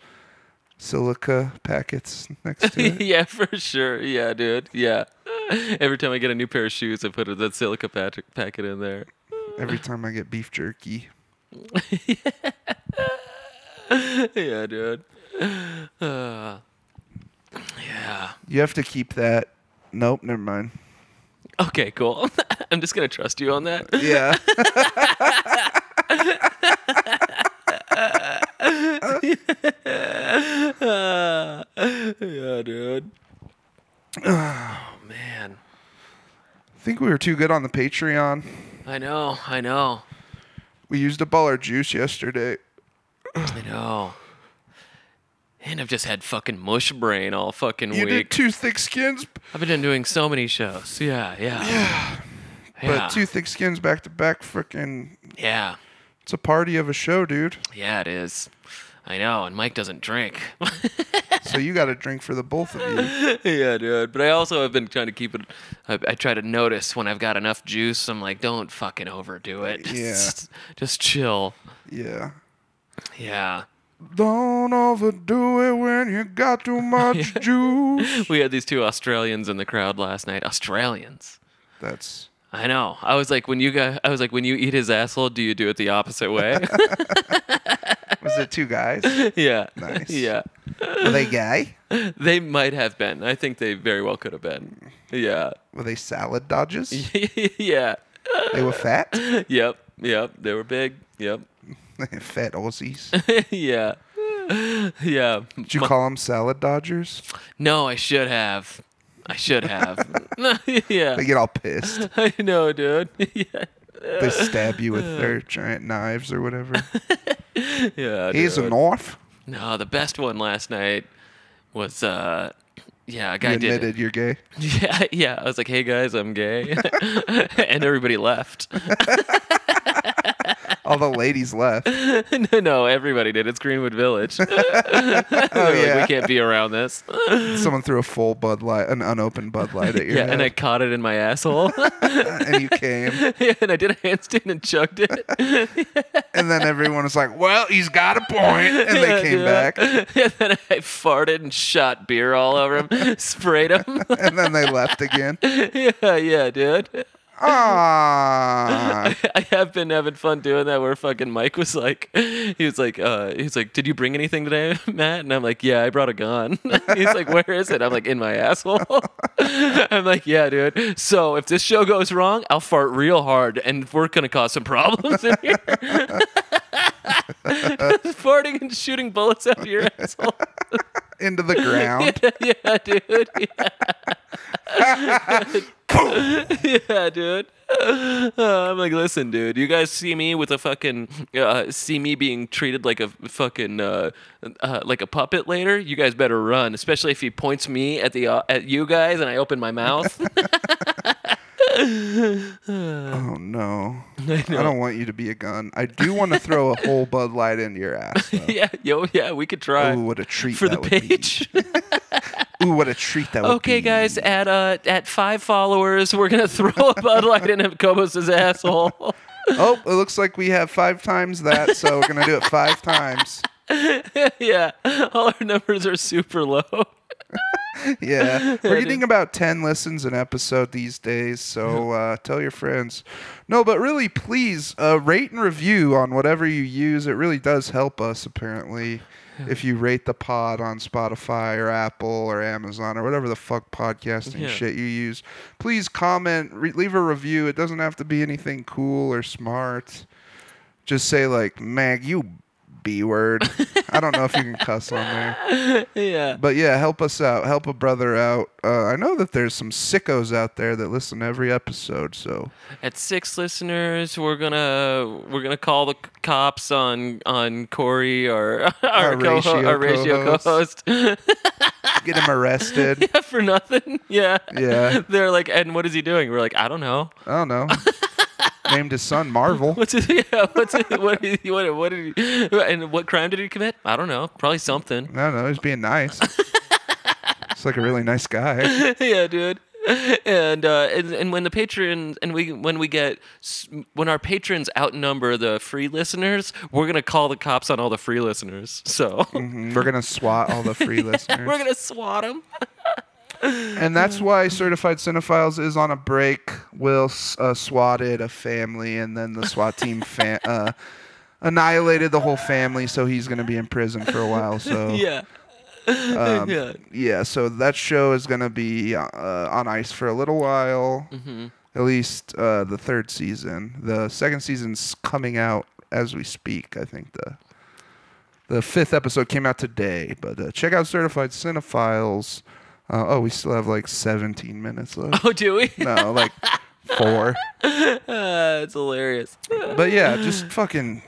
silica packets next to it?
yeah, for sure. Yeah, dude. Yeah. Every time I get a new pair of shoes, I put a- that silica pat- packet in there.
Every time I get beef jerky.
yeah, dude. Uh, yeah.
You have to keep that. Nope, never mind.
Okay, cool. I'm just gonna trust you on that.
Yeah.
Uh, yeah, dude. Oh man,
I think we were too good on the Patreon.
I know, I know,
We used up all our juice yesterday.
I know. And I've just had fucking mush brain all fucking
You
week.
did two thick skins,
I've been doing so many shows. Yeah, yeah,
but
yeah.
two thick skins back to back. Freaking,
yeah,
it's a party of a show, dude.
yeah. It is. I know. And Mike doesn't drink.
So you got to drink for the both of you.
yeah, dude. But I also have been trying to keep it. I, I try to notice when I've got enough juice. I'm like, don't fucking overdo it.
Yeah.
Just, just chill.
Yeah.
Yeah.
Don't overdo it when you got too much juice.
We had these two Australians in the crowd last night. Australians.
That's
I know. I was like, when you guys, I was like, when you eat his asshole, do you do it the opposite way?
was it. Two guys.
yeah.
Nice.
Yeah.
Were they gay?
They might have been. I think they very well could have been. Yeah.
Were they salad dodges?
yeah.
They were fat.
Yep. Yep. They were big. Yep.
fat Aussies.
yeah. Yeah.
Did you call them salad dodgers?
No, I should have. I should have. yeah.
They get all pissed.
I know, dude. yeah.
They stab you with their giant knives or whatever.
Yeah.
Here's a
dude.
knife.
No, the best one last night was uh yeah, a
You
guy
admitted you're gay.
did yeah, yeah. I was like, "Hey guys, I'm gay," and everybody left.
All the ladies left.
no, no, everybody did. It's Greenwood Village. They're
Oh
like,
yeah.
we can't be around this.
Someone threw a full Bud Light, an unopened Bud Light at your
yeah,
head,
and I caught it in my asshole,
and you came.
and I did a handstand and chugged it.
And then everyone was like, "Well, he's got a point," and they
Yeah,
came
dude.
back,
and then I farted and shot beer all over him, sprayed him.
and then they left again.
yeah, yeah, dude.
Ah,
I have been having fun doing that where fucking Mike was like he was like uh he was like, Did you bring anything today, Matt? And I'm like, Yeah, I brought a gun. He's like, Where is it? I'm like, In my asshole. I'm like, Yeah, dude. So if this show goes wrong, I'll fart real hard and we're gonna cause some problems in here. Farting and shooting bullets out of your asshole.
into the ground.
yeah, dude. Yeah, yeah dude. Uh, I'm like, listen, dude. You guys see me with a fucking uh, see me being treated like a fucking uh, uh, like a puppet later. You guys better run, especially if he points me at the uh, at you guys and I open my mouth.
Oh no, I, don't want you to be a gun. I do want to throw a whole Bud Light into your ass. Though.
yeah, yo, yeah, we could try
Ooh, what a treat
for the
that would be.
page.
Ooh, what a treat that would be.
Okay, guys, at uh, at five followers, we're gonna throw a Bud Light in Kobos' asshole.
Oh, it looks like we have five times that, so we're gonna do it five times.
yeah, all our numbers are super low.
yeah. We're getting about 10 listens an episode these days, so uh, tell your friends. No, but really, please uh, rate and review on whatever you use. It really does help us, apparently, if you rate the pod on Spotify or Apple or Amazon or whatever the fuck podcasting
Yeah.
shit you use. Please comment, re- leave a review. It doesn't have to be anything cool or smart. Just say, like, Mag, you B word. I don't know if you can cuss on there.
yeah.
But yeah, help us out. Help a brother out. Uh, I know that there's some sickos out there that listen to every episode. So
At six listeners, we're gonna we're gonna call the c- cops on on Corey, our our,
Our
co-
ratio
our ratio
co-host.
co-host,
get him arrested.
for nothing. Yeah.
Yeah.
They're like, and what is he doing? We're like, I don't know.
I don't know. Named his son Marvel.
What's his, yeah, what's his, what, did he, what, what did he, and what crime did he commit? I don't know. Probably something.
I don't know. He's being nice. It's like a really nice guy.
yeah, dude. And, uh, and and when the patron and we when we get s- when our patrons outnumber the free listeners, we're gonna call the cops on all the free listeners. So
We're gonna swat all the free listeners.
we're gonna swat them.
and that's why Certified Cinephiles is on a break. Will s- uh, swatted a family, and then the SWAT team fa- uh, annihilated the whole family. So he's gonna be in prison for a while. So
Yeah.
Um,
yeah.
yeah, so that show is gonna be uh, on ice for a little while, at least uh, the third season. The second season's coming out as we speak. I think the the fifth episode came out today. But uh, check out Certified Cinephiles. Uh, oh, we still have like 17 minutes left.
Oh, do we?
no, like four.
Uh, it's hilarious.
But yeah, just fucking,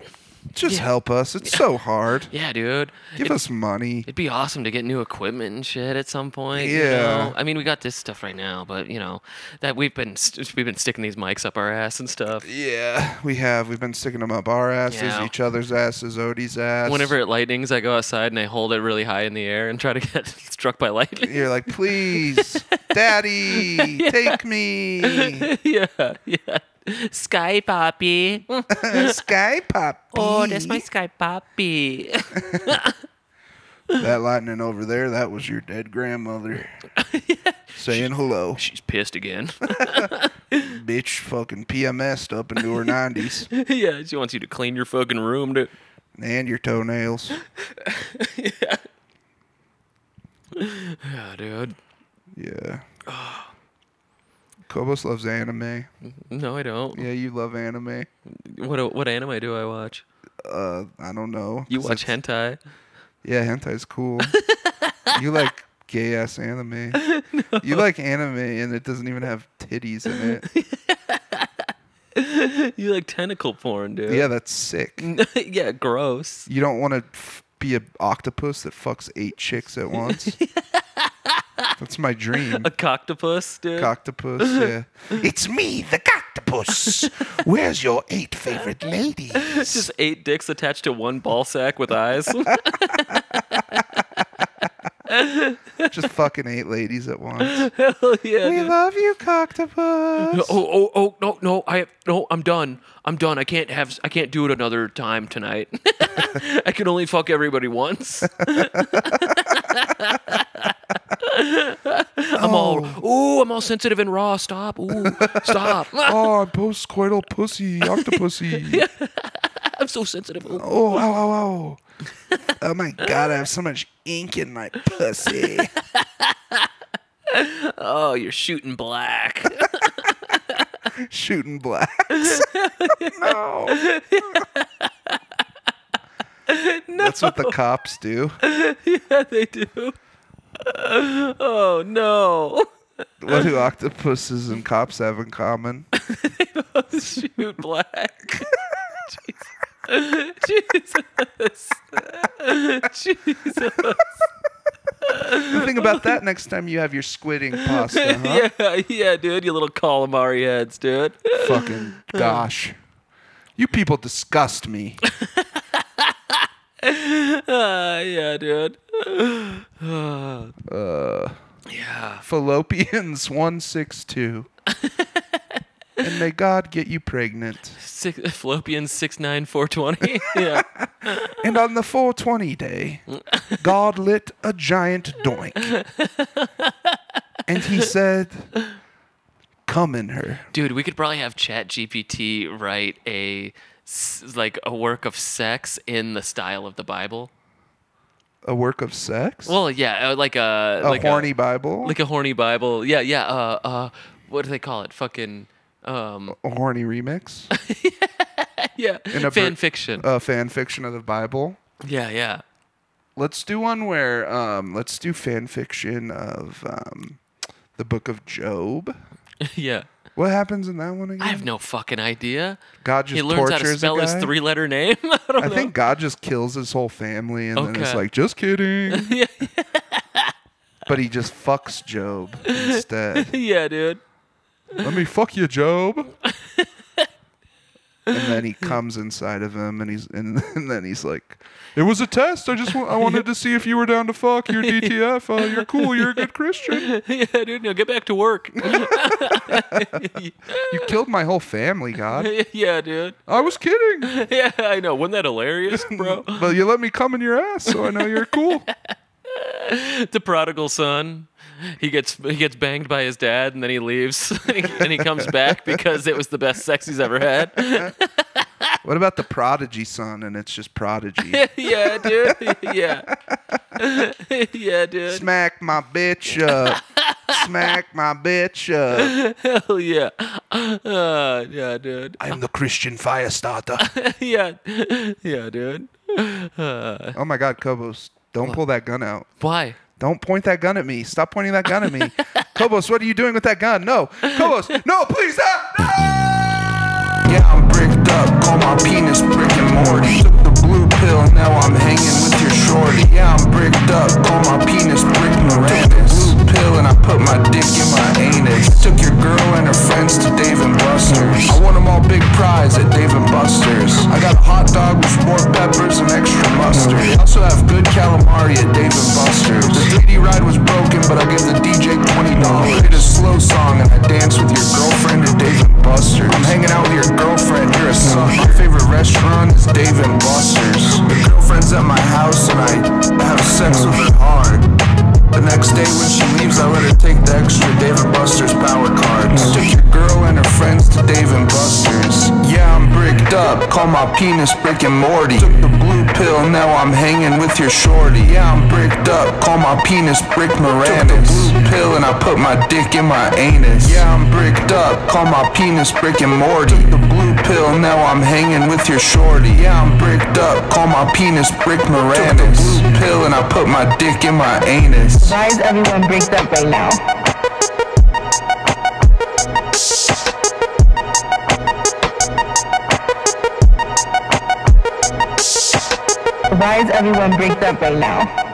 just help us. It's so hard.
Yeah, dude.
Give us money.
It'd be awesome to get new equipment and shit at some point. you
Yeah.
know? I mean, we got this stuff right now, but you know, that we've been st- we've been sticking these mics up our ass and stuff.
Yeah, we have. We've been sticking them up our asses,
Yeah.
each other's asses, Odie's ass.
Whenever it lightnings, I go outside and I hold it really high in the air and try to get struck by lightning.
you're like, please, daddy, take me,
Yeah, yeah. Sky poppy.
sky poppy.
Oh, that's my Skype
Poppy.
that lightning over there. That was your dead grandmother saying hello,
She's pissed again.
bitch. Fucking PMS'd up into her nineties,
yeah, she wants you to clean your fucking room, dude.
and your toenails.
Yeah, dude.
Yeah.
Oh.
Kobos loves anime.
No, I don't.
Yeah, you love anime.
What uh, what anime do I watch?
Uh, I don't know.
You
'cause
watch
it's-
hentai?
Yeah, hentai's cool. you like gay ass anime. You like anime and it doesn't even have titties in it.
You like tentacle porn, dude?
yeah, that's sick.
Mm. yeah, gross.
You don't want to f- be an octopus that fucks eight chicks at once. that's my dream.
A coctopus, dude.
Octopus, yeah.
It's me, the octopus. Where's your eight favorite ladies?
Just eight dicks attached to one ball sack with eyes.
Just fucking eight ladies at once.
Hell yeah.
We
dude.
love you, Octopus.
No, oh, oh, oh, no, no! I no, I'm done. I'm done. I can't have. I can't do it another time tonight. I can only fuck everybody once. I'm all. Ooh, I'm all sensitive and raw. Stop. Ooh, stop.
Oh, I'm postcoital pussy, octopusy.
I'm so sensitive. Ooh.
Oh, ow, ow, ow. oh my god, I have so much ink in my pussy.
Oh, you're shooting black.
Shooting blacks. no. That's what the cops do.
yeah, they do. oh no.
What do octopuses and cops have in common?
Shoot black. Jesus. Jesus.
Think about that next time you have your squidding pasta, huh?
Yeah, yeah, dude. You little calamari heads, dude.
Fucking gosh. You people disgust me.
Uh, yeah, dude. uh, yeah.
Fallopians 162. and may God get you pregnant.
Six, Fallopian 69420. yeah.
And on the 420 day, God lit a giant doink. And he said, Come in her.
Dude, we could probably have ChatGPT write a s- like a work of sex in the style of the Bible.
A work of sex?
Well, yeah, uh, like a
a
like
horny Bible?
like a horny Bible. Yeah, yeah. Uh, uh, what do they call it? Fucking um,
a horny remix?
yeah, fan
a ver- uh,
fiction.
a fan fiction of the Bible?
yeah, yeah.
Let's do one where, um, let's do fan fiction of um, the book of Job.
yeah.
What happens in that one again?
I have no fucking idea.
God just
He learns how
tortures
to spell
a
his
guy?
three-letter name. I don't
I
know.
think God just kills his whole family and then it's
Okay.
like, just kidding. but he just fucks Job instead.
yeah, dude.
Let me fuck you, Job. and then he comes inside of him and he's and, and then he's like, It was a test. I just wa- I wanted to see if you were down to fuck. You're DTF. Uh, you're cool. You're a good Christian.
yeah, dude. Now get back to work.
You killed my whole family, God.
yeah, dude.
I was kidding.
Yeah, I know. Wasn't that hilarious, bro?
But you let me come in your ass, so I know you're cool.
the prodigal son. He gets he gets banged by his dad, and then he leaves, and he comes back because it was the best sex he's ever had.
What about the prodigy son? And it's just prodigy.
yeah, dude. Yeah, yeah, dude.
Smack my bitch up. Smack my bitch up.
Hell yeah, uh, yeah, dude.
I'm the Christian fire starter.
yeah, yeah, dude. Uh,
Oh my God, Kobos, don't pull that gun out.
why?
Don't point that gun at me. Stop pointing that gun at me. Kobos, what are you doing with that gun? No. Kobos, no, please stop.
Yeah, I'm bricked up, call my penis brick and morty. Took the blue pill, now I'm hanging with your shorty. Yeah, I'm bricked up, call my penis brick Moranis. Blue pill and I put my dick in my anus. Took your girl and her friends to Dave and Buster's. I won them all big prize at Dave and Buster's. I got a hot dog with more peppers and extra mustard. I also have good calamari at Dave and Buster's. The 3D ride was broken, but I gave the DJ $20. Hit a slow song and I danced with your girlfriend at Dave and Buster's. I'm hanging out with your girlfriend, you're a sucker. My favorite restaurant is Dave and Buster's. Your girlfriend's at my house and I have sex with her hard. The next day when she leaves, I let her take the extra Dave and Buster's power cards. I took your girl and her friends to Dave and Buster's. Yeah, I'm bricked up, call my penis Brick and Morty. Took the blue pill, now I'm hanging with your shorty. Yeah, I'm bricked up, call my penis Brick Moranis. Took the blue pill and I put my dick in my anus. Yeah, I'm bricked up, call my penis Brick and Morty. Took the blue pill, now I'm hanging with your shorty. Yeah, I'm bricked up, call my penis Brick Moranis. Took the blue pill and I put my dick in my anus.
Why is everyone bricked up right now? Why is everyone bricked up right now?